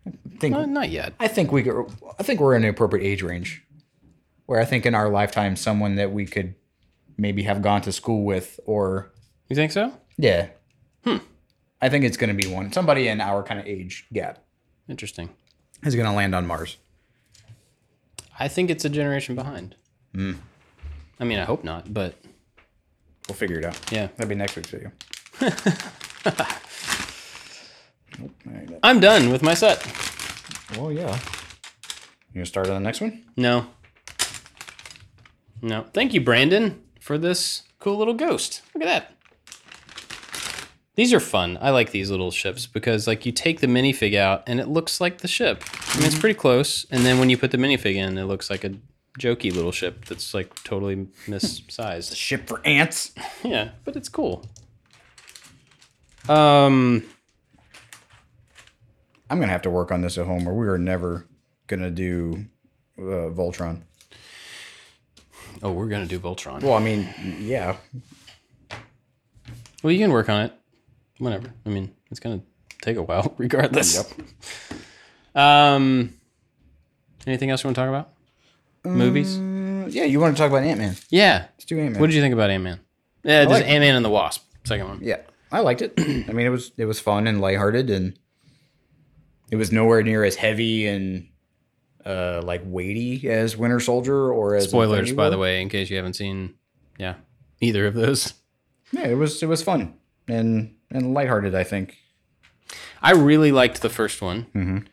[SPEAKER 2] I think
[SPEAKER 1] Uh, not yet.
[SPEAKER 2] I think we could, I think we're in an appropriate age range where I think in our lifetime someone that we could maybe have gone to school with or
[SPEAKER 1] You think so?
[SPEAKER 2] yeah. Hmm. I think it's going to be one somebody in our kind of age gap
[SPEAKER 1] Interesting.
[SPEAKER 2] is going to land on Mars.
[SPEAKER 1] I think it's a generation behind. Hmm. I mean, I hope not, but
[SPEAKER 2] We'll figure it out.
[SPEAKER 1] yeah.
[SPEAKER 2] That'd be next week's video. Nope, all right, that-
[SPEAKER 1] I'm done with my set.
[SPEAKER 2] well, Oh, yeah. You gonna start on the next one?
[SPEAKER 1] No. No. Thank you, Brandon, for this cool little ghost. Look at that. These are fun. I like these little ships because like you take the minifig out and it looks like the ship. I mean, it's pretty close. And then when you put the minifig in, it looks like a jokey little ship that's like totally missized.
[SPEAKER 2] Ship for ants.
[SPEAKER 1] Yeah, but it's cool. Um,
[SPEAKER 2] I'm gonna have to work on this at home, or we are never gonna do uh, Voltron.
[SPEAKER 1] oh, we're gonna do Voltron.
[SPEAKER 2] Well, I mean, yeah,
[SPEAKER 1] Well, you can work on it. Whenever. I mean, it's gonna take a while, regardless. Um, anything else you want to talk about? Movies?
[SPEAKER 2] Mm. Yeah, you want to talk about Ant Man?
[SPEAKER 1] Yeah.
[SPEAKER 2] Let's do Ant Man.
[SPEAKER 1] What did you think about Ant Man? Yeah, just
[SPEAKER 2] like-
[SPEAKER 1] Ant Man and the Wasp. Second one.
[SPEAKER 2] yeah, I liked it. I mean, it was it was fun and lighthearted, and it was nowhere near as heavy and uh like weighty as Winter Soldier or as
[SPEAKER 1] Spoilers,
[SPEAKER 2] Infinity
[SPEAKER 1] by the
[SPEAKER 2] War.
[SPEAKER 1] way, in case you haven't seen. Yeah, either of those.
[SPEAKER 2] Yeah, it was it was fun and and lighthearted. I think.
[SPEAKER 1] I really liked the first one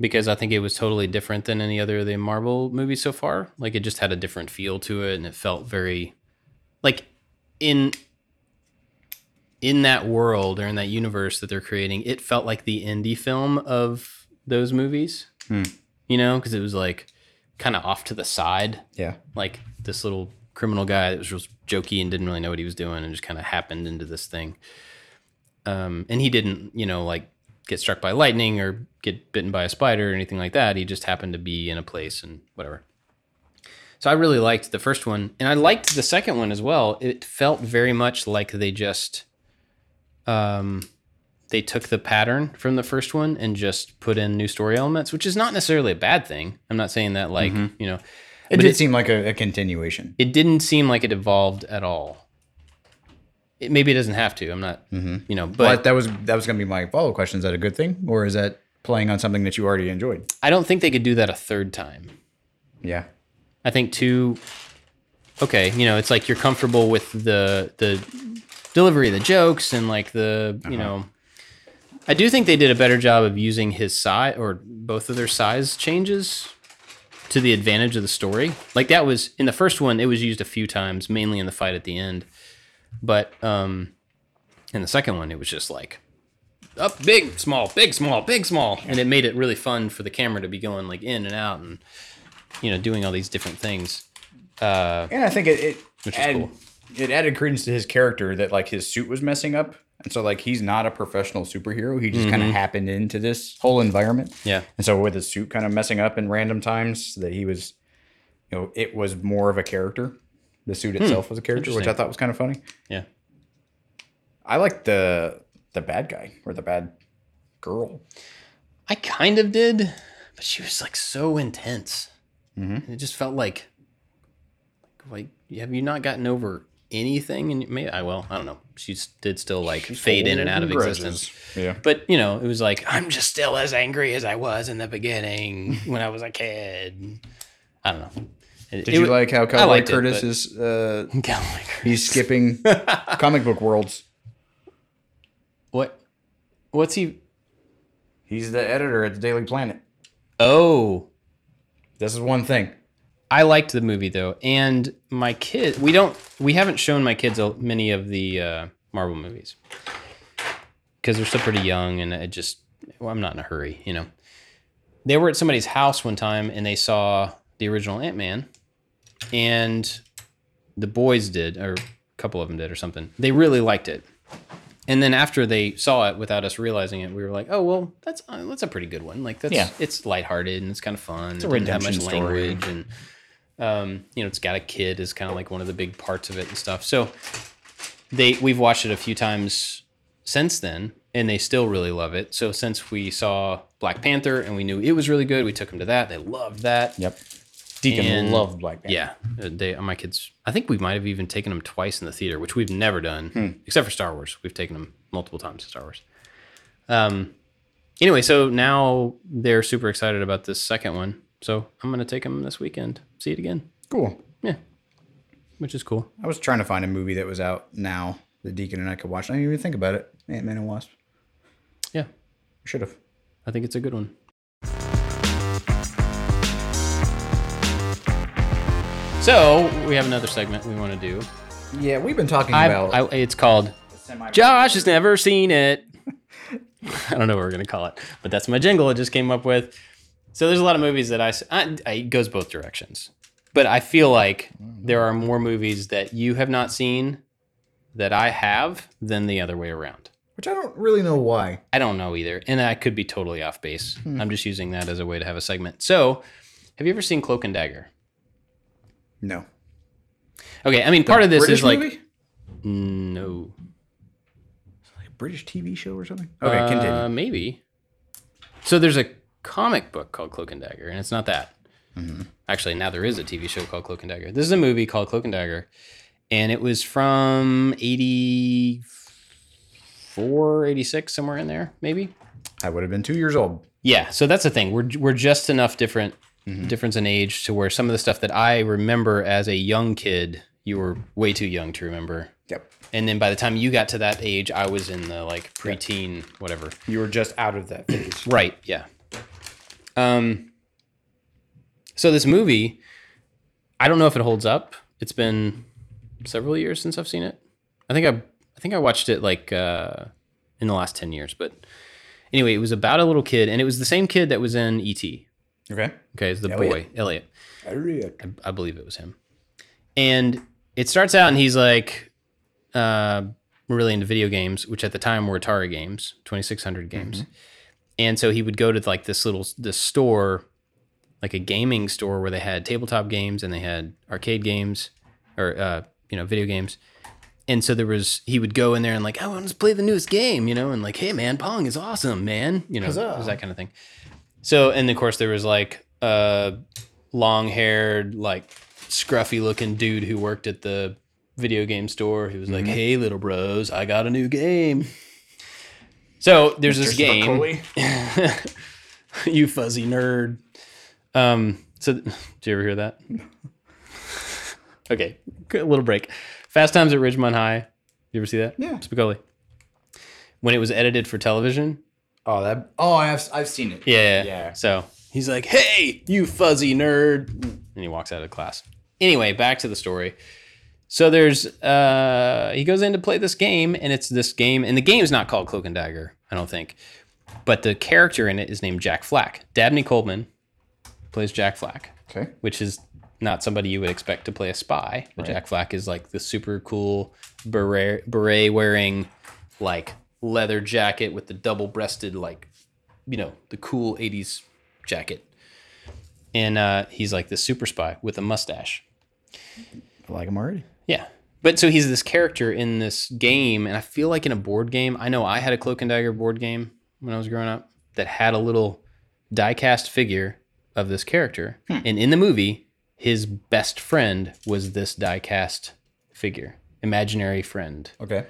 [SPEAKER 1] because I think it was totally different than any other of the Marvel movies so far. Like it just had a different feel to it, and it felt very like in in that world or in that universe that they're creating. It felt like the indie film of those movies, you know, because it was like kind of off to the side
[SPEAKER 2] Yeah,
[SPEAKER 1] like this little criminal guy that was just jokey and didn't really know what he was doing and just kind of happened into this thing. Um, and he didn't, you know, like get struck by lightning or get bitten by a spider or anything like that. He just happened to be in a place and whatever. So I really liked the first one and I liked the second one as well. It felt very much like they just um they took the pattern from the first one and just put in new story elements, which is not necessarily a bad thing. I'm not saying that like, you know,
[SPEAKER 2] it
[SPEAKER 1] But
[SPEAKER 2] did
[SPEAKER 1] it-
[SPEAKER 2] seem like a, a continuation.
[SPEAKER 1] it didn't seem like it evolved at all. It, maybe it doesn't have to. I'm not, you know,
[SPEAKER 2] But
[SPEAKER 1] but
[SPEAKER 2] that was that was gonna be my follow up question. Is that a good thing, or is that playing on something that you already enjoyed?
[SPEAKER 1] I don't think they could do that a third time.
[SPEAKER 2] Yeah,
[SPEAKER 1] I think two. Okay, you know, it's like you're comfortable with the the delivery of the jokes and like the you know. I do think they did a better job of using his size or both of their size changes to the advantage of the story. Like that was in the first one, it was used a few times, mainly in the fight at the end. But um in the second one, it was just like up big, small, big, small, big, small, and it made it really fun for the camera to be going like in and out and you know doing all these different things.
[SPEAKER 2] and I think it it
[SPEAKER 1] Which is
[SPEAKER 2] added,
[SPEAKER 1] cool.
[SPEAKER 2] it added credence to his character that like his suit was messing up, and so like he's not a professional superhero. He just kind
[SPEAKER 1] Mm-hmm.
[SPEAKER 2] of happened into this whole environment,
[SPEAKER 1] Yeah,
[SPEAKER 2] and so with his suit kind of messing up in random times, that he was, you know, it was more of a character. The suit itself was a character, which I
[SPEAKER 1] Hmm. Interesting.
[SPEAKER 2] thought was kind of funny.
[SPEAKER 1] yeah.
[SPEAKER 2] I like the the bad guy or the bad girl.
[SPEAKER 1] I kind of did, but she was like so intense, and it just felt like, like, have you not gotten over anything? And maybe I well, I don't know. She s- did still like fade in and out of
[SPEAKER 2] Grudges.
[SPEAKER 1] existence.
[SPEAKER 2] Yeah.
[SPEAKER 1] But you know, it was like I'm just still as angry as I was in the beginning when I was a kid. I don't know. It-
[SPEAKER 2] Did
[SPEAKER 1] it
[SPEAKER 2] you
[SPEAKER 1] wa-
[SPEAKER 2] like how Cowboy
[SPEAKER 1] liked it,
[SPEAKER 2] Curtis
[SPEAKER 1] but-
[SPEAKER 2] is? Uh,
[SPEAKER 1] Cowboy Curtis.
[SPEAKER 2] he's skipping comic book worlds.
[SPEAKER 1] What? What's he?
[SPEAKER 2] He's the editor at the Daily Planet.
[SPEAKER 1] Oh,
[SPEAKER 2] This is one thing.
[SPEAKER 1] I liked the movie though, and my kid. We don't. We haven't shown my kids a- many of the uh, Marvel movies because they're still pretty young, and it just. Well, I'm not in a hurry, you know. They were at somebody's house one time, and they saw the original Ant Man, and the boys did, or a couple of them did, or something. They really liked it, And then after they saw it without us realizing it, we were like, "Oh well, that's uh, that's a pretty good one. Like that's
[SPEAKER 3] Yeah.
[SPEAKER 1] it's lighthearted and it's kind of fun. It's
[SPEAKER 3] a redemption story.
[SPEAKER 1] language and um, you know, it's got a kid is kind of like one of the big parts of it and stuff. So they we've watched it a few times since then, and they still really love it. So since we saw Black Panther and we knew it was really good, we took them to that. They loved that.
[SPEAKER 3] Yep.
[SPEAKER 1] Deacon
[SPEAKER 3] And loved Black Panther.
[SPEAKER 1] Yeah, Uh, they my kids. I think we might have even taken them twice in the theater, which we've never done, except for Star Wars. We've taken them multiple times to Star Wars. Um. Anyway, so now they're super excited about this second one. So I'm gonna take them this weekend. See it again.
[SPEAKER 2] Cool.
[SPEAKER 1] Yeah, which is cool.
[SPEAKER 2] I was trying to find a movie that was out now that Deacon and I could watch. I didn't even think about it. Ant Man and Wasp.
[SPEAKER 1] Yeah,
[SPEAKER 2] Should have.
[SPEAKER 1] I think it's a good one. So we have another segment we want to do.
[SPEAKER 2] Yeah, we've been talking
[SPEAKER 1] I,
[SPEAKER 2] about.
[SPEAKER 1] I, it's called Josh has never seen it. I don't know what we're gonna call it, but that's my jingle. I just came up with. So there's a lot of movies that I, s- I- I- it goes both directions, but I feel like there are more movies that you have not seen that I have than the other way around.
[SPEAKER 2] which I don't really know why.
[SPEAKER 1] I don't know either, and I could be totally off base.
[SPEAKER 2] Hmm.
[SPEAKER 1] I'm just using that as a way to have a segment. So, have you ever seen Cloak and Dagger?
[SPEAKER 2] No.
[SPEAKER 1] Okay, I mean part of this
[SPEAKER 2] British
[SPEAKER 1] is like
[SPEAKER 2] movie?
[SPEAKER 1] no,
[SPEAKER 2] Like a British TV show or something. Okay,
[SPEAKER 1] Uh,
[SPEAKER 2] continue.
[SPEAKER 1] Maybe. So there's a comic book called Cloak and Dagger, and it's not that.
[SPEAKER 2] Mm-hmm.
[SPEAKER 1] Actually, now there is a TV show called Cloak and Dagger. This is a movie called Cloak and Dagger, and it was from 84, 86, somewhere in there, maybe.
[SPEAKER 2] I would have been two years old.
[SPEAKER 1] Yeah, so that's the thing. We're we're just enough different
[SPEAKER 2] Mm-hmm.
[SPEAKER 1] difference in age to where some of the stuff that I remember as a young kid, you were way too young to remember.
[SPEAKER 2] Yep.
[SPEAKER 1] And then by the time you got to that age, I was in the like preteen whatever.
[SPEAKER 2] You were just out of that phase.
[SPEAKER 1] Right. Yeah. Um. So this movie, I don't know if it holds up. It's been several years since I've seen it. I think I, I think I watched it like uh, in the last ten years. But anyway, it was about a little kid, and it was the same kid that was in ET.
[SPEAKER 2] okay.
[SPEAKER 1] Okay, it's the
[SPEAKER 2] Elliot.
[SPEAKER 1] boy Elliot.
[SPEAKER 2] Eric.
[SPEAKER 1] I believe it was him. And it starts out and he's like uh really into video games, which at the time were Atari games, 2600 games. And so he would go to like this little this store like a gaming store where they had tabletop games and they had arcade games or uh you know video games. And so there was he would go in there and like I want to play the newest game, you know, and like hey man, Pong is awesome, man, you know, it was that kind of thing. So, and of course, there was like a long haired, like scruffy looking dude who worked at the video game store who was like, hey, little bros, I got a new game. So there's this game, you fuzzy nerd. Um, so, do you ever hear that? okay, good little break. Fast Times at Ridgemont High. You ever see that?
[SPEAKER 2] Yeah.
[SPEAKER 1] Spicoli. When it was edited for television,
[SPEAKER 2] Oh, that. Oh, I've I've seen it.
[SPEAKER 1] yeah.
[SPEAKER 2] Yeah.
[SPEAKER 1] So he's like, hey, you fuzzy nerd. And he walks out of class. Anyway, back to the story. So there's, uh, he goes in to play this game, and it's this game, and the game's not called Cloak and Dagger, I don't think. But the character in it is named Jack Flack. Dabney Coleman plays Jack Flack,
[SPEAKER 2] Okay.
[SPEAKER 1] which is not somebody you would expect to play a spy. But Jack Flack is like the super cool beret, beret wearing, like leather jacket with the double breasted, like you know, the cool 80s jacket. And uh, he's like this super spy with a mustache.
[SPEAKER 2] I like him already.
[SPEAKER 1] Yeah. But so he's this character in this game, and I feel like in a board game, I know I had a Cloak and Dagger board game when I was growing up that had a little die cast figure of this character. And in the movie, his best friend was this die cast figure, imaginary friend.
[SPEAKER 2] Okay.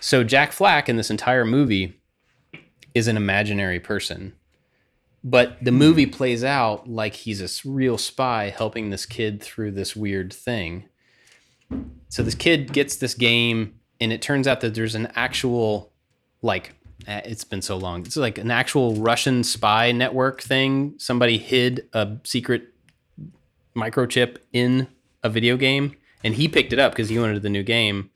[SPEAKER 1] So Jack Flack in this entire movie is an imaginary person. But the movie plays out like he's a s- real spy helping this kid through this weird thing. So this kid gets this game and it turns out that there's an actual like eh, it's been so long. It's like an actual Russian spy network thing. Somebody hid a secret microchip in a video game and he picked it up because he wanted the new game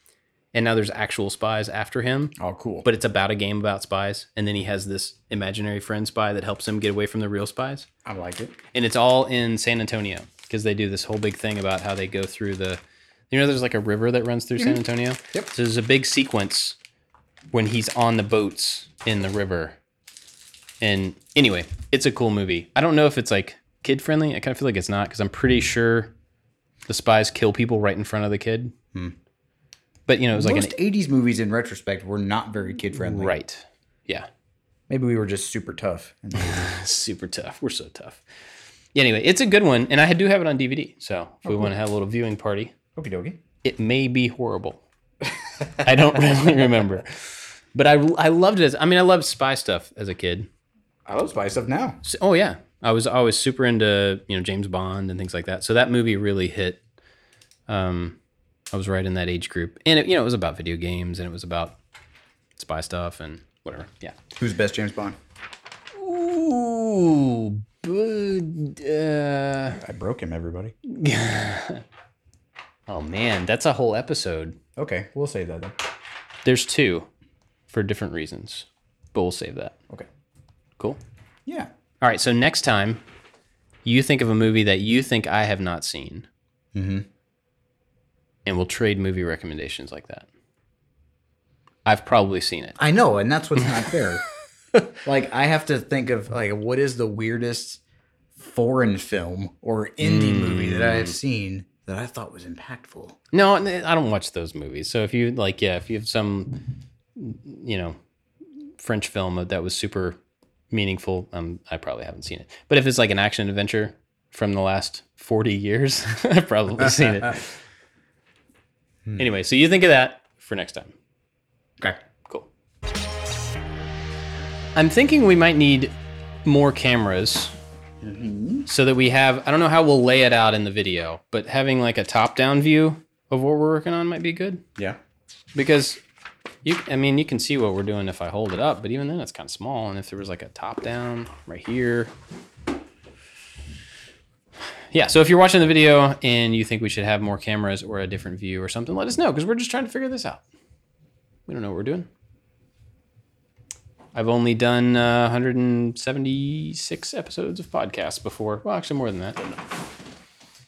[SPEAKER 1] and now there's actual spies after him
[SPEAKER 2] Oh, cool.
[SPEAKER 1] but it's about a game about spies and then he has this imaginary friend spy that helps him get away from the real spies
[SPEAKER 2] I like it.
[SPEAKER 1] and it's all in san antonio because they do this whole big thing about how they go through the you know there's like a river that runs through san antonio
[SPEAKER 2] Mm-hmm. Yep.
[SPEAKER 1] so there's a big sequence when he's on the boats in the river. And anyway, it's a cool movie. I don't know if it's like kid friendly. I kind of feel like it's not because I'm pretty sure the spies kill people right in front of the kid. But you know, it was like
[SPEAKER 2] Hmm. Most
[SPEAKER 1] an
[SPEAKER 2] 80s movies, in retrospect, were not very kid friendly.
[SPEAKER 1] right. Yeah.
[SPEAKER 2] Maybe we were just super tough. And
[SPEAKER 1] super tough. We're so tough. Yeah, anyway, it's a good one, and I do have it on DVD. So if we want to have a little viewing party,
[SPEAKER 2] Okie dokie.
[SPEAKER 1] it may be horrible. I don't really remember, but I I loved it. As, I mean, I loved spy stuff as a kid.
[SPEAKER 2] I love spy stuff now.
[SPEAKER 1] So- oh yeah, I was always super into you know James Bond and things like that. So that movie really hit. Um, I was right in that age group, and it, you know it was about video games and it was about spy stuff and whatever. Yeah.
[SPEAKER 2] Who's best James Bond?
[SPEAKER 1] Ooh, but, uh,
[SPEAKER 2] I broke him, everybody.
[SPEAKER 1] Oh man, that's a whole episode.
[SPEAKER 2] Okay, we'll save that then.
[SPEAKER 1] There's two for different reasons, but we'll save that.
[SPEAKER 2] Okay.
[SPEAKER 1] Cool.
[SPEAKER 2] Yeah.
[SPEAKER 1] All right, so next time you think of a movie that you think I have not seen. Mm-hmm. And we'll trade movie recommendations like that. I've probably seen it.
[SPEAKER 2] I know, and that's what's not fair. like I have to think of like what is the weirdest foreign film or indie movie that I have seen that I thought was impactful.
[SPEAKER 1] No, n- I don't watch those movies. So if you like, yeah, if you have some, you know, French film that was super meaningful, um, I probably haven't seen it. But if it's like an action adventure from the last forty years, I've probably seen it. Anyway, so you think of that for next time.
[SPEAKER 2] Okay.
[SPEAKER 1] Cool. I'm thinking we might need more cameras so that we have. I don't know how we'll lay it out in the video, but having like a top down view of what we're working on might be good
[SPEAKER 2] Yeah.
[SPEAKER 1] because you. I mean, you can see what we're doing if I hold it up, but even then, it's kind of small. And if there was like a top down right here. Yeah, so if you're watching the video and you think we should have more cameras or a different view or something, let us know because we're just trying to figure this out. We don't know what we're doing. I've only done uh, 176 episodes of podcasts before. Well, actually, more than that.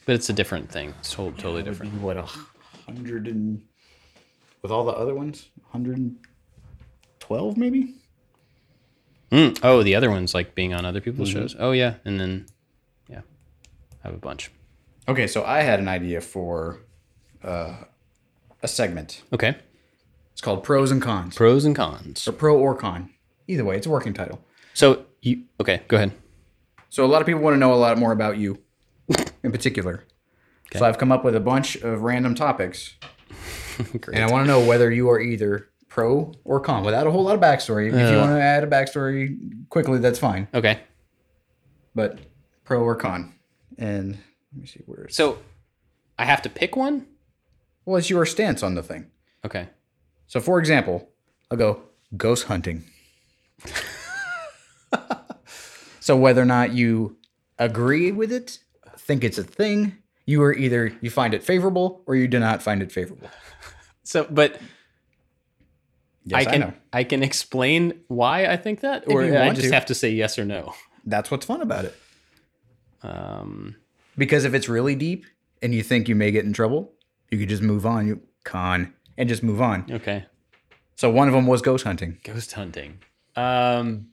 [SPEAKER 1] But it's a different thing. It's to- totally different.
[SPEAKER 2] What a hundred and with all the other ones, hundred and twelve maybe.
[SPEAKER 1] Mm. Oh, the other one's like being on other people's shows. Oh yeah, and then yeah, I have a bunch.
[SPEAKER 2] Okay, so I had an idea for uh, a segment.
[SPEAKER 1] Okay,
[SPEAKER 2] It's called Pros and Cons. Pro,
[SPEAKER 1] pros and cons.
[SPEAKER 2] or pro or con. Either way, it's a working title.
[SPEAKER 1] So you okay? Go ahead.
[SPEAKER 2] So a lot of people want to know a lot more about you in particular. So I've come up with a bunch of random topics, and I want to know whether you are either pro or con without a whole lot of backstory. If you want to add a backstory quickly, that's fine.
[SPEAKER 1] Okay,
[SPEAKER 2] But pro or con, and let me see where. It's,
[SPEAKER 1] so I have to pick one.
[SPEAKER 2] well, it's your stance on the thing.
[SPEAKER 1] Okay,
[SPEAKER 2] So for example, I'll go ghost hunting. so whether or not you agree with it, think it's a thing, you are either you find it favorable or you do not find it favorable.
[SPEAKER 1] so but
[SPEAKER 2] Yes,
[SPEAKER 1] I
[SPEAKER 2] I,
[SPEAKER 1] can
[SPEAKER 2] know.
[SPEAKER 1] I, can explain why I think that, or
[SPEAKER 2] you
[SPEAKER 1] I
[SPEAKER 2] want
[SPEAKER 1] just
[SPEAKER 2] to.
[SPEAKER 1] have to say yes or no.
[SPEAKER 2] That's what's fun about it.
[SPEAKER 1] Um,
[SPEAKER 2] Because if it's really deep and you think you may get in trouble, you could just move on. You con and just move on.
[SPEAKER 1] okay,
[SPEAKER 2] So one of them was ghost hunting.
[SPEAKER 1] ghost hunting. Um,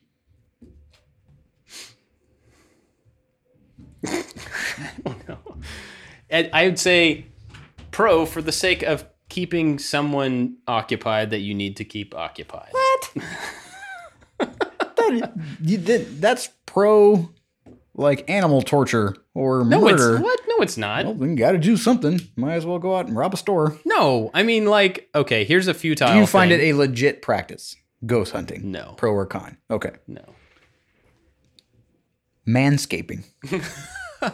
[SPEAKER 1] I don't know. oh, And I would say pro for the sake of keeping someone occupied that you need to keep occupied.
[SPEAKER 2] You did, that's pro like animal torture or
[SPEAKER 1] No, it's
[SPEAKER 2] murder.
[SPEAKER 1] what? No, it's not.
[SPEAKER 2] Well, then you got to do something. Might as well go out and rob a store.
[SPEAKER 1] No, I mean like okay. Here's a futile.
[SPEAKER 2] Do you find
[SPEAKER 1] thing.
[SPEAKER 2] it a legit practice? Ghost hunting?
[SPEAKER 1] No.
[SPEAKER 2] Pro or con? Okay.
[SPEAKER 1] no.
[SPEAKER 2] Manscaping.
[SPEAKER 1] Uh,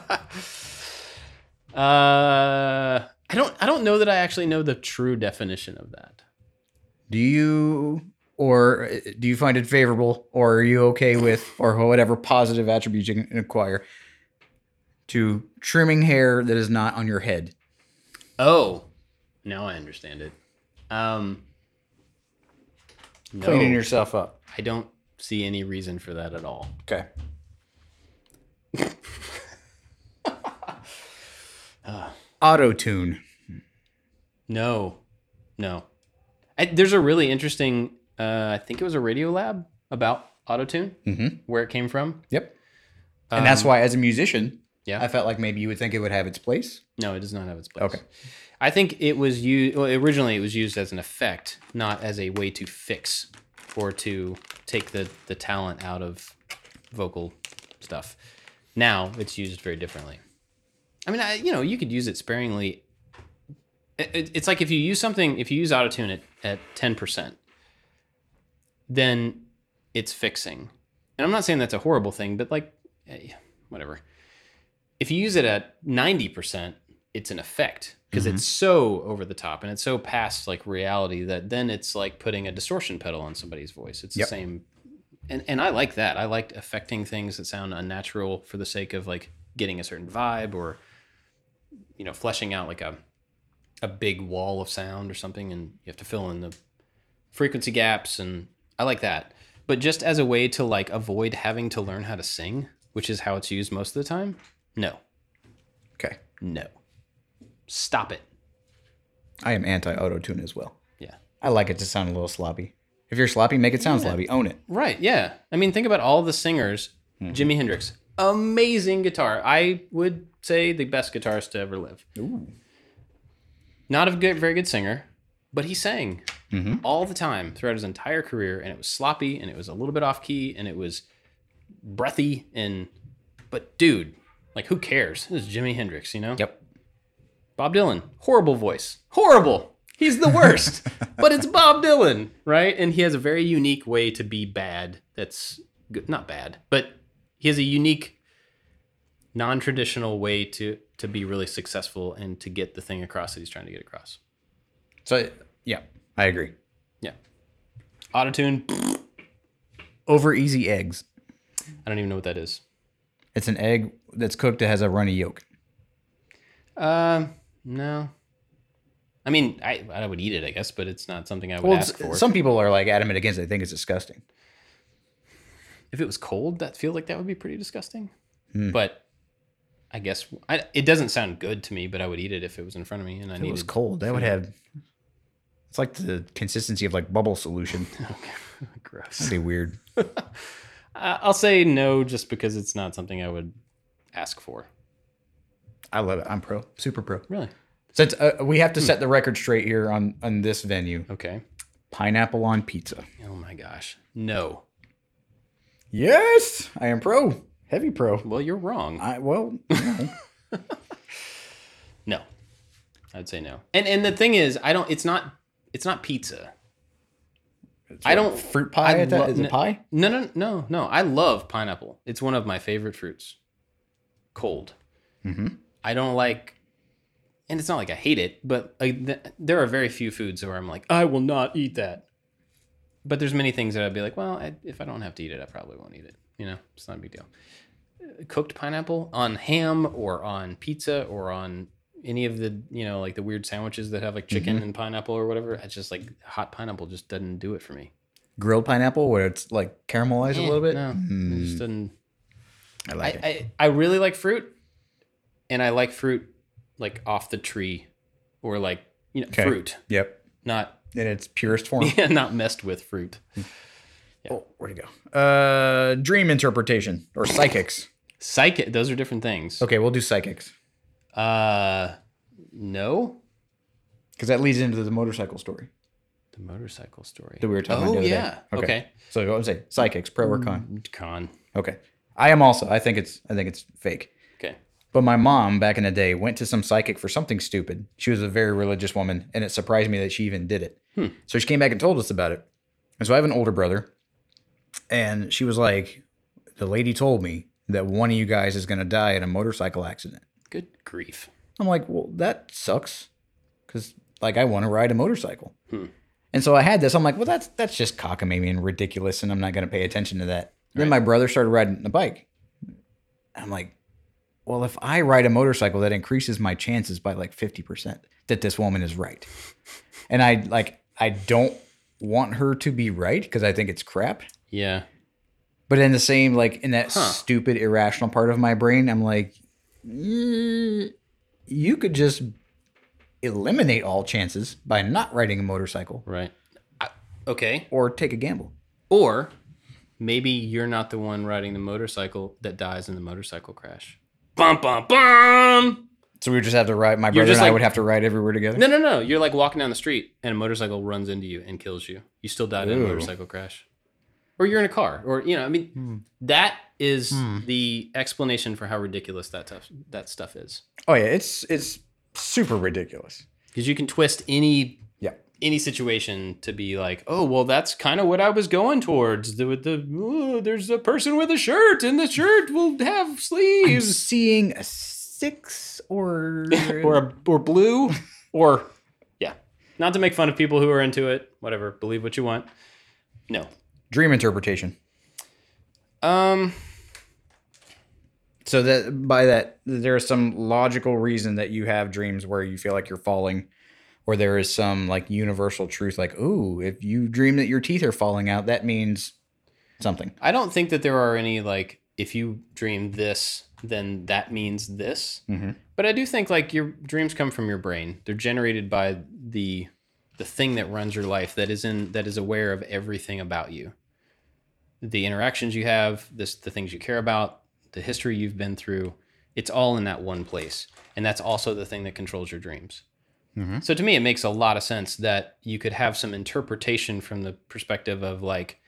[SPEAKER 1] I don't. I don't know that I actually know the true definition of that.
[SPEAKER 2] Do you or uh, do you find it favorable or are you okay with or whatever positive attributes you can acquire to trimming hair that is not on your head?
[SPEAKER 1] Oh, now I understand it. Um, no,
[SPEAKER 2] Cleaning yourself up.
[SPEAKER 1] I don't see any reason for that at all.
[SPEAKER 2] Okay.
[SPEAKER 1] Ah.
[SPEAKER 2] Auto tune.
[SPEAKER 1] No, no. I, there's a really interesting uh, I think it was a Radio Lab about autotune,
[SPEAKER 2] Mhm.
[SPEAKER 1] where it came from.
[SPEAKER 2] Yep.
[SPEAKER 1] Um,
[SPEAKER 2] and that's why, as a musician,
[SPEAKER 1] Yeah.
[SPEAKER 2] I felt like maybe you would think it would have its place.
[SPEAKER 1] No, it does not have its place.
[SPEAKER 2] Okay.
[SPEAKER 1] I think it was used well, originally. It was used as an effect, not as a way to fix or to take the the talent out of vocal stuff. Now it's used very differently. I mean, I, you know, you could use it sparingly. It- it- it's like if you use something, if you use autotune at at ten percent, then it's fixing. And I'm not saying that's a horrible thing, but like, eh, whatever if you use it at 90% it's an effect because it's so over the top and it's so past like reality that then it's like putting a distortion pedal on somebody's voice it's
[SPEAKER 2] Yep.
[SPEAKER 1] the same and and i like that i liked affecting things that sound unnatural for the sake of like getting a certain vibe or you know fleshing out like a a big wall of sound or something and you have to fill in the frequency gaps and I like that. But just as a way to like avoid having to learn how to sing, which is how it's used most of the time, no,
[SPEAKER 2] Okay.
[SPEAKER 1] no, stop it.
[SPEAKER 2] I am anti auto tune as well.
[SPEAKER 1] Yeah,
[SPEAKER 2] I like it to sound a little sloppy. If you're sloppy, make it sound sloppy. Own it.
[SPEAKER 1] right. Yeah, I mean, think about all the singers. Jimi Hendrix, amazing guitar. I would say the best guitarist to ever live.
[SPEAKER 2] Ooh.
[SPEAKER 1] Not a good, very good singer, but he sang all the time throughout his entire career, and it was sloppy, and it was a little bit off key, and it was breathy, and but dude, like who cares? This is Jimi Hendrix, you know.
[SPEAKER 2] Yep.
[SPEAKER 1] Bob Dylan, horrible voice, horrible. He's the worst, but it's Bob Dylan, right? And he has a very unique way to be bad. That's good. not bad, but he has a unique, non-traditional way to to be really successful and to get the thing across that he's trying to get across.
[SPEAKER 2] So, yeah, I agree.
[SPEAKER 1] Yeah, autotune.
[SPEAKER 2] Over easy eggs.
[SPEAKER 1] I don't even know what that is.
[SPEAKER 2] It's an egg that's cooked that has a runny yolk.
[SPEAKER 1] Uh, no. I mean, I I would eat it, I guess, but it's not something I would
[SPEAKER 2] Well,
[SPEAKER 1] ask for.
[SPEAKER 2] it's- some people are like adamant against it. They think it's disgusting.
[SPEAKER 1] if it was cold, that feel like that would be pretty disgusting. But I guess I, it doesn't sound good to me. But I would eat it if it was in front of me and I
[SPEAKER 2] If it was
[SPEAKER 1] needed.
[SPEAKER 2] cold, that would have. It's like the consistency of like bubble solution.
[SPEAKER 1] Gross.
[SPEAKER 2] That'd be weird.
[SPEAKER 1] I, I'll say no, just because it's not something I would ask for.
[SPEAKER 2] I love it. I'm pro, super pro.
[SPEAKER 1] Really?
[SPEAKER 2] Since uh, we have to
[SPEAKER 1] Hmm.
[SPEAKER 2] set the record straight here on on this venue,
[SPEAKER 1] Okay.
[SPEAKER 2] pineapple on pizza.
[SPEAKER 1] Oh my gosh. No.
[SPEAKER 2] Yes, I am pro, heavy pro.
[SPEAKER 1] Well, you're wrong.
[SPEAKER 2] I well,
[SPEAKER 1] No. I'd say no. And and the thing is, I don't. It's not. It's not pizza. I don't
[SPEAKER 2] fruit pie.
[SPEAKER 1] I
[SPEAKER 2] at that-
[SPEAKER 1] lo-
[SPEAKER 2] is it
[SPEAKER 1] n-
[SPEAKER 2] pie?
[SPEAKER 1] No, no, no, no. I love pineapple. It's one of my favorite fruits. Cold. I don't like, and it's not like I hate it, but like, th- there are very few foods where I'm like, I will not eat that. But there's many things that I'd be like, well, I, if I don't have to eat it, I probably won't eat it. You know, it's not a big deal. Uh, Cooked pineapple on ham or on pizza or on any of the you know like the weird sandwiches that have like chicken and pineapple or whatever. It's just like hot pineapple just doesn't do it for me.
[SPEAKER 2] Grilled pineapple, where it's like caramelized a
[SPEAKER 1] Eh,
[SPEAKER 2] little bit.
[SPEAKER 1] No,
[SPEAKER 2] Mm,
[SPEAKER 1] it just doesn't.
[SPEAKER 2] I
[SPEAKER 1] I,
[SPEAKER 2] like it.
[SPEAKER 1] I I really like fruit, and I like fruit like off the tree, or like you know
[SPEAKER 2] Okay.
[SPEAKER 1] fruit,
[SPEAKER 2] Yep,
[SPEAKER 1] not
[SPEAKER 2] in its purest form.
[SPEAKER 1] yeah, not messed with fruit.
[SPEAKER 2] Oh, where'd it go? Uh, dream interpretation or psychics.
[SPEAKER 1] Psychic, those are different things.
[SPEAKER 2] Okay, we'll do psychics
[SPEAKER 1] Uh, no,
[SPEAKER 2] because that leads into the motorcycle story
[SPEAKER 1] the motorcycle story.
[SPEAKER 2] that we were talking
[SPEAKER 1] oh
[SPEAKER 2] about. the other
[SPEAKER 1] yeah,
[SPEAKER 2] Day.
[SPEAKER 1] okay. Hmm.
[SPEAKER 2] So what was I saying? Psychics, pro or con?
[SPEAKER 1] Con.
[SPEAKER 2] Okay. I am also. I think it's. I think it's fake.
[SPEAKER 1] Okay.
[SPEAKER 2] But my mom back in the day went to some psychic for something stupid. She was a very religious woman, and it surprised me that she even did it. So she came back and told us about it. And so I have an older brother, and she was like, "The lady told me that one of you guys is going to die in a motorcycle accident."
[SPEAKER 1] Good grief.
[SPEAKER 2] I'm like, well, that sucks, because like I want to ride a motorcycle. And so I had this. I'm like, well, that's that's just cockamamie and ridiculous, and I'm not going to pay attention to that. Then my brother started riding a bike. I'm like, well, if I ride a motorcycle, that increases my chances by like fifty percent that this woman is right. And I like, I don't want her to be right because I think it's crap.
[SPEAKER 1] Yeah.
[SPEAKER 2] But in the same, like in that
[SPEAKER 1] Huh.
[SPEAKER 2] stupid irrational part of my brain, I'm like, "Mm, you could just eliminate all chances by not riding a motorcycle.
[SPEAKER 1] Right. I, Okay.
[SPEAKER 2] or take a gamble.
[SPEAKER 1] Or maybe you're not the one riding the motorcycle that dies in the motorcycle crash. Bum bum bum.
[SPEAKER 2] So we would just have to ride. My brother
[SPEAKER 1] just
[SPEAKER 2] and I
[SPEAKER 1] like-
[SPEAKER 2] would have to ride everywhere together.
[SPEAKER 1] No, no, no. You're like walking down the street and a motorcycle runs into you and kills you. You still died in a
[SPEAKER 2] Ooh.
[SPEAKER 1] motorcycle crash. Or you're in a car. Or you know, I mean that is the explanation for how ridiculous that tough that stuff is.
[SPEAKER 2] Oh yeah, it's it's super ridiculous.
[SPEAKER 1] Because you can twist any
[SPEAKER 2] Yeah.
[SPEAKER 1] any situation to be like, oh well, that's kind of what I was going towards. The, with the ooh, there's a person with a shirt, and the shirt will have sleeves.
[SPEAKER 2] seeing a six or
[SPEAKER 1] or a, or blue or yeah not to make fun of people who are into it whatever believe what you want no
[SPEAKER 2] dream interpretation.
[SPEAKER 1] um
[SPEAKER 2] So that by that there is some logical reason that you have dreams where you feel like you're falling, or there is some like universal truth, like ooh, if you dream that your teeth are falling out, that means something.
[SPEAKER 1] i don't think that there are any like if you dream this then that means this
[SPEAKER 2] Mhm.
[SPEAKER 1] but i do think like your dreams come from your brain they're generated by the the thing that runs your life that is in that is aware of everything about you the interactions you have this the things you care about the history you've been through it's all in that one place and that's also the thing that controls your dreams
[SPEAKER 2] Mhm.
[SPEAKER 1] so to me it makes a lot of sense that you could have some interpretation from the perspective of like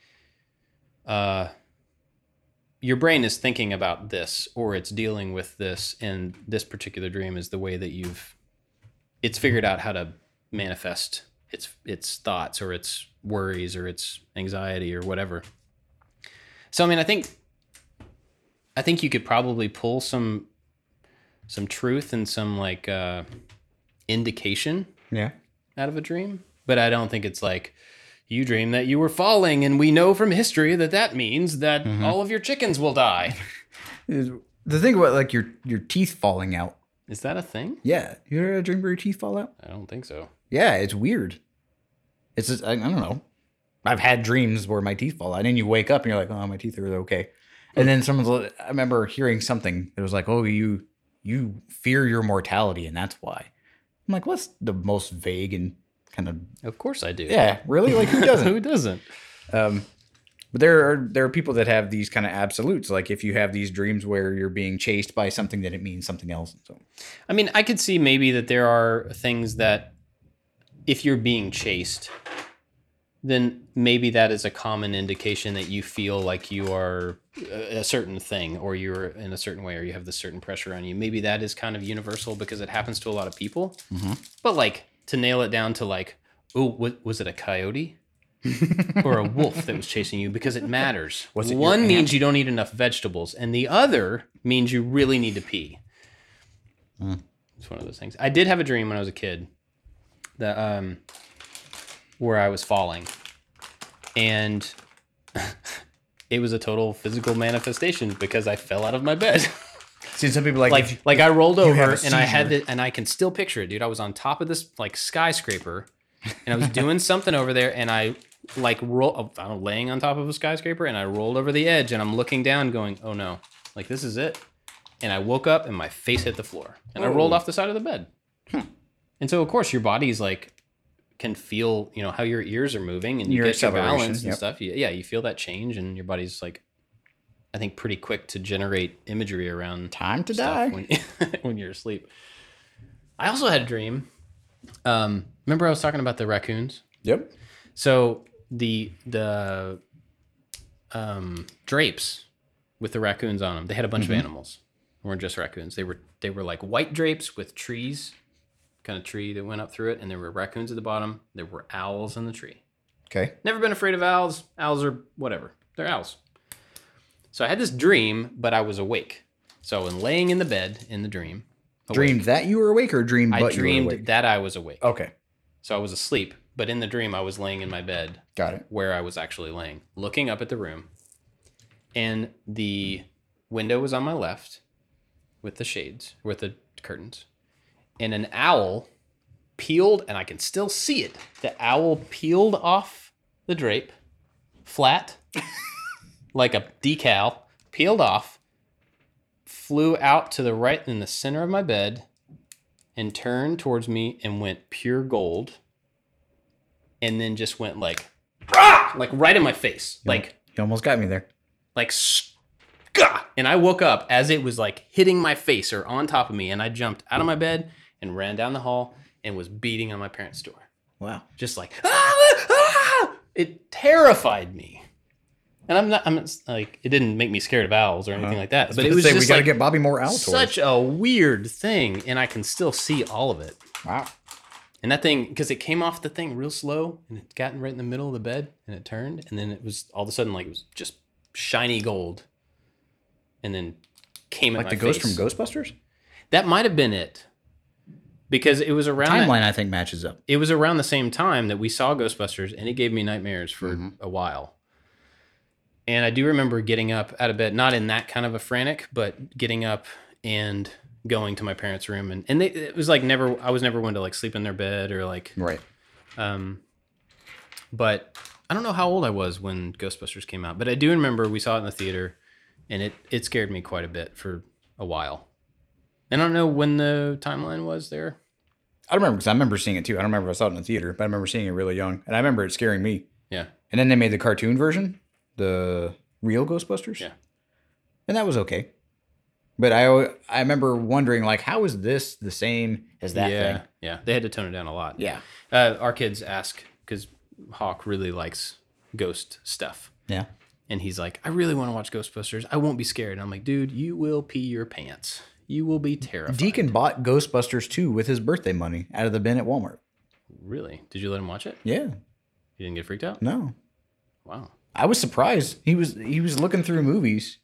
[SPEAKER 1] uh your brain is thinking about this or it's dealing with this and this particular dream is the way that you've it's figured out how to manifest its its thoughts or its worries or its anxiety or whatever so i mean i think i think you could probably pull some some truth and some like uh indication
[SPEAKER 2] Yeah.
[SPEAKER 1] out of a dream but i don't think it's like you dream that you were falling and we know from history that that means that all of your chickens will die
[SPEAKER 2] The thing about like your your teeth falling out.
[SPEAKER 1] Is that a thing?
[SPEAKER 2] Yeah. You ever had a dream where your teeth fall out?
[SPEAKER 1] I don't think so.
[SPEAKER 2] Yeah, it's weird. It's just, I, I don't know. I've had dreams where my teeth fall out, and then you wake up and you're like, "Oh, my teeth are okay." And then someone's. li- I remember hearing something that was like, "Oh, you you fear your mortality, and that's why." I'm like, "What's the most vague and kind of
[SPEAKER 1] Of course I do.
[SPEAKER 2] yeah, really? Like who doesn't?"
[SPEAKER 1] Who doesn't?
[SPEAKER 2] Um, but there are there are people that have these kind of absolutes. Like if you have these dreams where you're being chased by something, that it means something else. So
[SPEAKER 1] I mean, I could see maybe that there are things that if you're being chased, then maybe that is a common indication that you feel like you are uh, a a certain thing or you're in a certain way or you have this certain pressure on you. Maybe that is kind of universal because it happens to a lot of people.
[SPEAKER 2] Mm-hmm.
[SPEAKER 1] But like to nail it down to like, oh, wa- was it a coyote? or a wolf that was chasing you because it matters.
[SPEAKER 2] Was it your
[SPEAKER 1] One
[SPEAKER 2] aunt?
[SPEAKER 1] means you don't eat enough vegetables, and the other means you really need to pee. It's one of those things. I did have a dream when I was a kid that um where I was falling. And it was a total physical manifestation because I fell out of my bed.
[SPEAKER 2] see, some people like, if you-
[SPEAKER 1] like like I rolled
[SPEAKER 2] have a
[SPEAKER 1] over and I had
[SPEAKER 2] seizure.
[SPEAKER 1] the, and I can still picture it, dude. I was on top of this like skyscraper and I was doing something over there and I like roll oh, I don't know, laying on top of a skyscraper and I rolled over the edge and I'm looking down going, "Oh no. Like this is it." And I woke up and my face hit the floor and I rolled off the side of the bed. And so of course your body's like can feel, you know, how your ears are moving and you
[SPEAKER 2] Your
[SPEAKER 1] get your
[SPEAKER 2] acceleration,
[SPEAKER 1] balance and
[SPEAKER 2] yep.
[SPEAKER 1] stuff. You- Yeah, you feel that change and your body's like I think pretty quick to generate imagery around
[SPEAKER 2] time to
[SPEAKER 1] stuff
[SPEAKER 2] die.
[SPEAKER 1] when, when you're asleep. I also had a dream. Um, remember, I was talking about the raccoons.
[SPEAKER 2] yep.
[SPEAKER 1] So the the um, drapes with the raccoons on them. They had a bunch of animals. They weren't just raccoons. They were they were like white drapes with trees, kind of tree that went up through it, and there were raccoons at the bottom. There were owls in the tree.
[SPEAKER 2] Okay.
[SPEAKER 1] Never been afraid of owls. Owls are whatever. They're owls. So I had this dream, but I was awake. So I was laying in the bed in the dream.
[SPEAKER 2] Dreamed that you were awake or dreamed
[SPEAKER 1] I
[SPEAKER 2] but you
[SPEAKER 1] dreamed
[SPEAKER 2] were awake?
[SPEAKER 1] that I was awake.
[SPEAKER 2] Okay.
[SPEAKER 1] So I was asleep, but in the dream I was laying in my bed
[SPEAKER 2] Got it.
[SPEAKER 1] where I was actually laying, looking up at the room. And the window was on my left with the shades, with the curtains. And an owl peeled, and I can still see it. The owl peeled off the drape, flat, like a decal, peeled off, flew out to the right in the center of my bed, and turned towards me and went pure gold, and then just went like "Ah!" like right in my face, like
[SPEAKER 2] You almost got me there.
[SPEAKER 1] like "S- gah!" and I woke up as it was like hitting my face or on top of me, and I jumped out of my bed and ran down the hall and was beating on my parents' door,
[SPEAKER 2] Wow.
[SPEAKER 1] just like ah, ah! it terrified me. And I'm not, I'm not, like, it didn't make me scared of owls or anything
[SPEAKER 2] Uh-huh.
[SPEAKER 1] like that, but it was
[SPEAKER 2] say,
[SPEAKER 1] just
[SPEAKER 2] we gotta
[SPEAKER 1] like,
[SPEAKER 2] get Bobby more out.
[SPEAKER 1] such a weird thing, and I can still see all of it.
[SPEAKER 2] Wow.
[SPEAKER 1] And that thing, because it came off the thing real slow, and it gotten right in the middle of the bed, and it turned, and then it was all of a sudden like it was just shiny gold, and then came at
[SPEAKER 2] Like
[SPEAKER 1] my
[SPEAKER 2] the ghost
[SPEAKER 1] face.
[SPEAKER 2] from Ghostbusters?
[SPEAKER 1] That might have been it, because it was around that-
[SPEAKER 2] Timeline, I think, matches up.
[SPEAKER 1] it was around the same time that we saw Ghostbusters, and it gave me nightmares for
[SPEAKER 2] Mm-hmm.
[SPEAKER 1] a while. And I do remember getting up out of bed, not in that kind of a frantic, but getting up and going to my parents' room, and and they, it was like never. I was never one to like sleep in their bed or like,
[SPEAKER 2] Right.
[SPEAKER 1] um, but I don't know how old I was when Ghostbusters came out, but I do remember we saw it in the theater, and it it scared me quite a bit for a while. And I don't know when the timeline was there.
[SPEAKER 2] I remember because I remember seeing it too. I don't remember if I saw it in the theater, but I remember seeing it really young, and I remember it scaring me.
[SPEAKER 1] Yeah,
[SPEAKER 2] And then they made the cartoon version, the real Ghostbusters.
[SPEAKER 1] Yeah.
[SPEAKER 2] And that was okay. But I al- I remember wondering like, how is this the same as that
[SPEAKER 1] yeah,
[SPEAKER 2] thing?
[SPEAKER 1] yeah. They had to tone it down a lot.
[SPEAKER 2] Yeah.
[SPEAKER 1] Uh, our kids ask because Hawk really likes ghost stuff,
[SPEAKER 2] Yeah.
[SPEAKER 1] and he's like, "I really want to watch Ghostbusters. I won't be scared." And I'm like, "Dude, you will pee your pants. You will be terrified."
[SPEAKER 2] Deacon bought Ghostbusters 2 with his birthday money out of the bin at Walmart.
[SPEAKER 1] really? Did you let him watch it?
[SPEAKER 2] Yeah.
[SPEAKER 1] You didn't get freaked out?
[SPEAKER 2] No.
[SPEAKER 1] Wow.
[SPEAKER 2] I was surprised. He was he was looking through movies,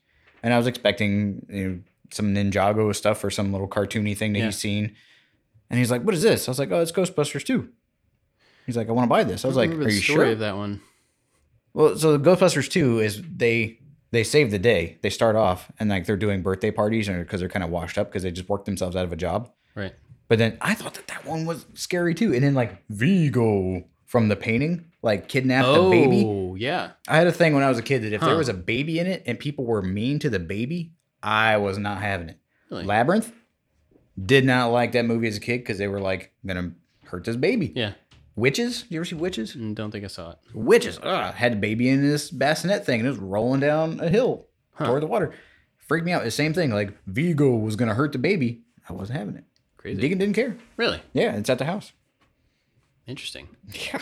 [SPEAKER 2] and I was expecting you know, some Ninjago stuff or some little cartoony thing that
[SPEAKER 1] Yeah.
[SPEAKER 2] he's seen. And he's like, "What is this?" I was like, "Oh, it's Ghostbusters 2. He's like, "I want to buy this." I was like,
[SPEAKER 1] remember
[SPEAKER 2] "Are
[SPEAKER 1] the
[SPEAKER 2] you
[SPEAKER 1] story
[SPEAKER 2] sure?"
[SPEAKER 1] of that one?
[SPEAKER 2] Well, so Ghostbusters 2 is they they save the day. They start off and like they're doing birthday parties because they're kind of washed up because they just worked themselves out of a job.
[SPEAKER 1] Right.
[SPEAKER 2] But then I thought that that one was scary too. And then like Vigo from the painting like kidnapped the baby.
[SPEAKER 1] Oh, yeah.
[SPEAKER 2] I had a thing when I was a kid that if
[SPEAKER 1] Huh.
[SPEAKER 2] there was a baby in it and people were mean to the baby, I was not having it.
[SPEAKER 1] Really?
[SPEAKER 2] Labyrinth did not like that movie as a kid because they were like gonna hurt this baby.
[SPEAKER 1] Yeah.
[SPEAKER 2] Witches, you ever see witches?
[SPEAKER 1] Mm, Don't think I saw it.
[SPEAKER 2] Witches ugh, had a baby in this bassinet thing and it was rolling down a hill
[SPEAKER 1] Huh.
[SPEAKER 2] toward the water. Freaked me out. The same thing. Like Vigo was gonna hurt the baby. I wasn't having it.
[SPEAKER 1] Crazy.
[SPEAKER 2] Deacon didn't care.
[SPEAKER 1] Really?
[SPEAKER 2] Yeah, it's at the house.
[SPEAKER 1] Interesting.
[SPEAKER 2] Yeah,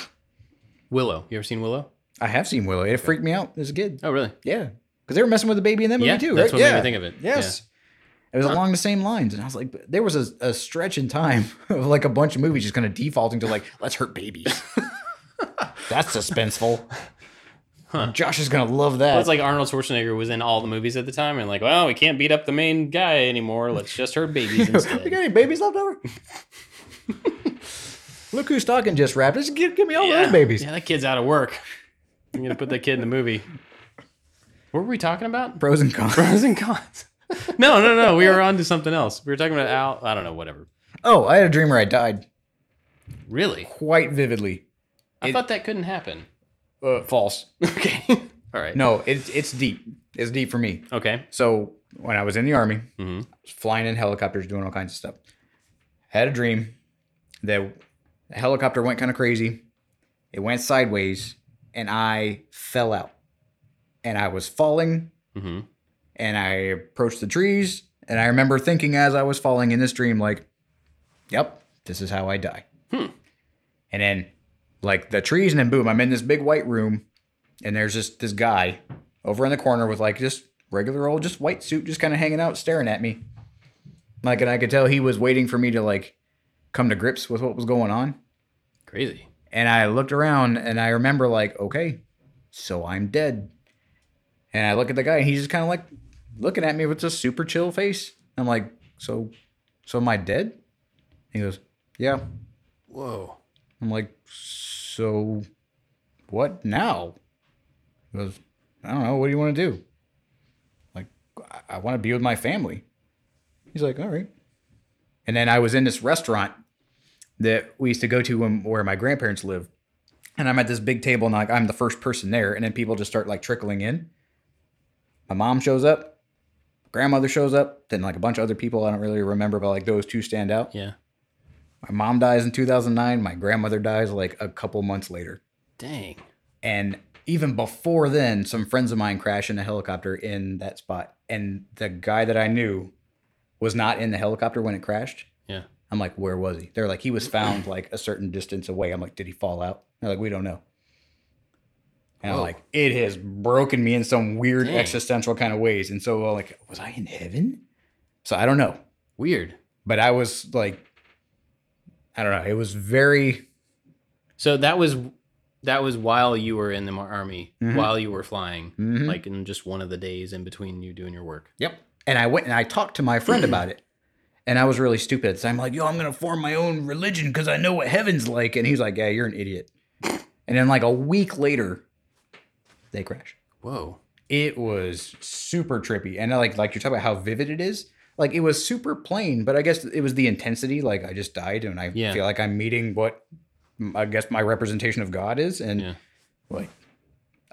[SPEAKER 1] Willow. You ever seen Willow?
[SPEAKER 2] I have seen Willow. It freaked me out as a kid.
[SPEAKER 1] Oh, really?
[SPEAKER 2] Yeah, because they were messing with the baby in that movie
[SPEAKER 1] Yeah,
[SPEAKER 2] too.
[SPEAKER 1] that's
[SPEAKER 2] right?
[SPEAKER 1] what made
[SPEAKER 2] yeah.
[SPEAKER 1] me think of it.
[SPEAKER 2] Yes, it was along the same lines, and I was like, but there was a, a stretch in time of like a bunch of movies just kind of defaulting to like, let's hurt babies. that's suspenseful. Josh is gonna love that.
[SPEAKER 1] Well, it's like Arnold Schwarzenegger was in all the movies at the time, and like, well, we can't beat up the main guy anymore. Let's just hurt babies instead.
[SPEAKER 2] we got any babies left over? Look who's talking just wrapped. Just give, give me all those babies.
[SPEAKER 1] Yeah, that kid's out of work. I'm gonna put that kid in the movie. What were we talking about?
[SPEAKER 2] Pros and cons.
[SPEAKER 1] Pros and cons. no, no, no. We were on to something else. We were talking about Al. I don't know. Whatever.
[SPEAKER 2] Oh, I had a dream where I died
[SPEAKER 1] Really?
[SPEAKER 2] quite vividly.
[SPEAKER 1] I thought that couldn't happen.
[SPEAKER 2] Uh, false.
[SPEAKER 1] Okay. all right.
[SPEAKER 2] No, it's it's deep. It's deep for me.
[SPEAKER 1] Okay.
[SPEAKER 2] So when I was in the army,
[SPEAKER 1] Mhm.
[SPEAKER 2] I was flying in helicopters, doing all kinds of stuff. Had a dream that the helicopter went kind of crazy. It went sideways, and I fell out. And I was falling,
[SPEAKER 1] Mm-hmm.
[SPEAKER 2] and I approached the trees. And I remember thinking as I was falling in this dream, like, "Yep, this is how I die." And then, like the trees, and then boom, I'm in this big white room, and there's just this guy over in the corner with like just regular old, just white suit, just kind of hanging out, staring at me. Like, and I could tell he was waiting for me to like come to grips with what was going on.
[SPEAKER 1] Crazy.
[SPEAKER 2] And I looked around, and I remember like, okay, so I'm dead. And I look at the guy, and he's just kind of like looking at me with this super chill face. I'm like, so, so am I dead? He goes, yeah.
[SPEAKER 1] Whoa.
[SPEAKER 2] I'm like, so what now? He goes, I don't know. What do you want to do? I'm like, I, I want to be with my family. He's like, all right. And then I was in this restaurant that we used to go to when, where my grandparents live. And I'm at this big table and like I'm the first person there. And then people just start like trickling in. My mom shows up, grandmother shows up, then like a bunch of other people I don't really remember, but like those two stand out.
[SPEAKER 1] Yeah.
[SPEAKER 2] My mom dies in 2009. My grandmother dies like a couple months later.
[SPEAKER 1] Dang.
[SPEAKER 2] And even before then, some friends of mine crashed in a helicopter in that spot. And the guy that I knew was not in the helicopter when it crashed.
[SPEAKER 1] Yeah.
[SPEAKER 2] I'm like, where was he? They're like, he was found like a certain distance away. I'm like, did he fall out? They're like, we don't know. And I'm
[SPEAKER 1] Whoa.
[SPEAKER 2] like, it has broken me in some weird
[SPEAKER 1] Dang.
[SPEAKER 2] existential kind of ways. And so, uh, like, was I in heaven? So I don't know
[SPEAKER 1] Weird.
[SPEAKER 2] but I was like, I don't know. It was very
[SPEAKER 1] So that was that was while you were in the mar- army,
[SPEAKER 2] Mhm.
[SPEAKER 1] while you were flying,
[SPEAKER 2] like,
[SPEAKER 1] like in just one of the days in between you doing your work.
[SPEAKER 2] yep. And I went and I talked to my friend about it, and I was really stupid at the time. Like, yo, I'm gonna form my own religion because I know what heaven's like. And he's like, yeah, you're an idiot. And then like a week later, they crash.
[SPEAKER 1] Whoa.
[SPEAKER 2] It was super trippy, and I like like you're talking about how vivid it is. Like it was super plain, but I guess it was the intensity. Like I just died, and I
[SPEAKER 1] Yeah.
[SPEAKER 2] feel like I'm meeting what mm, I guess my representation of God is, and
[SPEAKER 1] Yeah.
[SPEAKER 2] like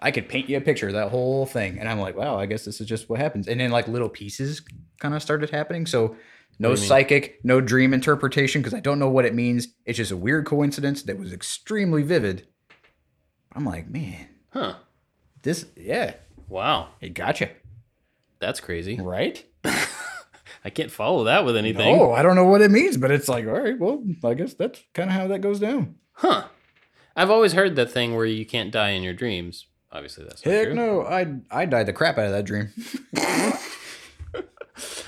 [SPEAKER 2] I could paint you a picture of that whole thing, and I'm like, wow, I guess this is just what happens. And then like little pieces kind of started happening. So no
[SPEAKER 1] do you mean?
[SPEAKER 2] psychic, no dream interpretation because I don't know what it means. It's just a weird coincidence that was extremely vivid. I'm like, man,
[SPEAKER 1] Huh.
[SPEAKER 2] this yeah,
[SPEAKER 1] Wow.
[SPEAKER 2] it gotcha
[SPEAKER 1] That's crazy.
[SPEAKER 2] right.
[SPEAKER 1] I can't follow that with anything.
[SPEAKER 2] Oh, I don't know what it means, but it's like, all right, well, I guess that's kind of how that goes down.
[SPEAKER 1] Huh. I've always heard that thing where you can't die in your dreams. Obviously, that's not
[SPEAKER 2] Heck
[SPEAKER 1] true.
[SPEAKER 2] no, I I died the crap out of that dream.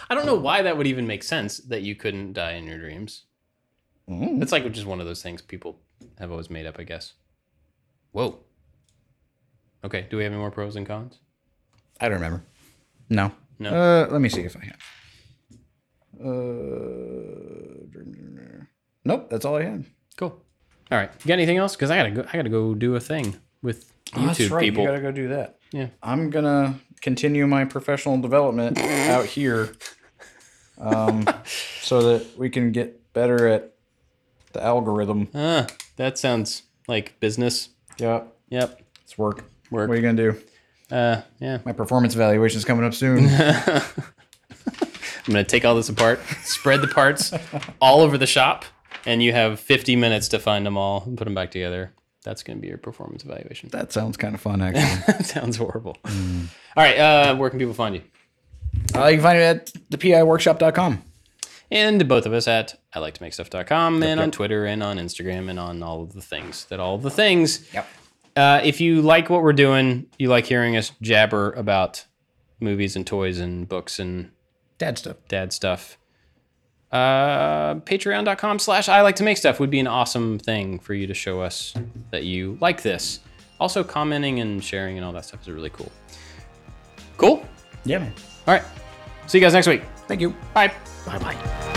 [SPEAKER 1] I don't know why that would even make sense that you couldn't die in your dreams.
[SPEAKER 2] Mm.
[SPEAKER 1] It's like just one of those things people have always made up, I guess. Whoa. Okay. Do we have any more pros and cons?
[SPEAKER 2] I don't remember. No.
[SPEAKER 1] No.
[SPEAKER 2] Uh, let me see if I have. Uh, nope, that's all I had.
[SPEAKER 1] Cool. All right. You got anything else? Because I gotta go. I gotta go do a thing with YouTube people.
[SPEAKER 2] Oh, You gotta go do that.
[SPEAKER 1] Yeah.
[SPEAKER 2] I'm gonna continue my professional development out here, um, so that we can get better at the algorithm.
[SPEAKER 1] Ah, that sounds like business.
[SPEAKER 2] Yeah,
[SPEAKER 1] Yep.
[SPEAKER 2] it's work.
[SPEAKER 1] Work.
[SPEAKER 2] What are you gonna do?
[SPEAKER 1] Uh, yeah.
[SPEAKER 2] My performance evaluation's coming up soon.
[SPEAKER 1] I'm gonna take all this apart, spread the parts all over the shop, and you have 50 minutes to find them all and put them back together. That's gonna be your performance evaluation.
[SPEAKER 2] that sounds kind of fun, actually.
[SPEAKER 1] That sounds horrible.
[SPEAKER 2] Mm.
[SPEAKER 1] All right. Uh, where can people find you?
[SPEAKER 2] Uh, you can find it at thepiworkshop.com.
[SPEAKER 1] And both of us at I like to make stuff.com and on Twitter and on Instagram and on all of the things that all the things.
[SPEAKER 2] Yep.
[SPEAKER 1] Uh, if you like what we're doing, you like hearing us jabber about movies and toys and books and
[SPEAKER 2] Dad stuff.
[SPEAKER 1] dad stuff. Uh, Patreon.com slash I like to make stuff would be an awesome thing for you to show us that you like this. Also, commenting and sharing and all that stuff is really cool. Cool.
[SPEAKER 2] Yeah, man.
[SPEAKER 1] All right. See you guys next week.
[SPEAKER 2] Thank you.
[SPEAKER 1] Bye.
[SPEAKER 2] Bye bye.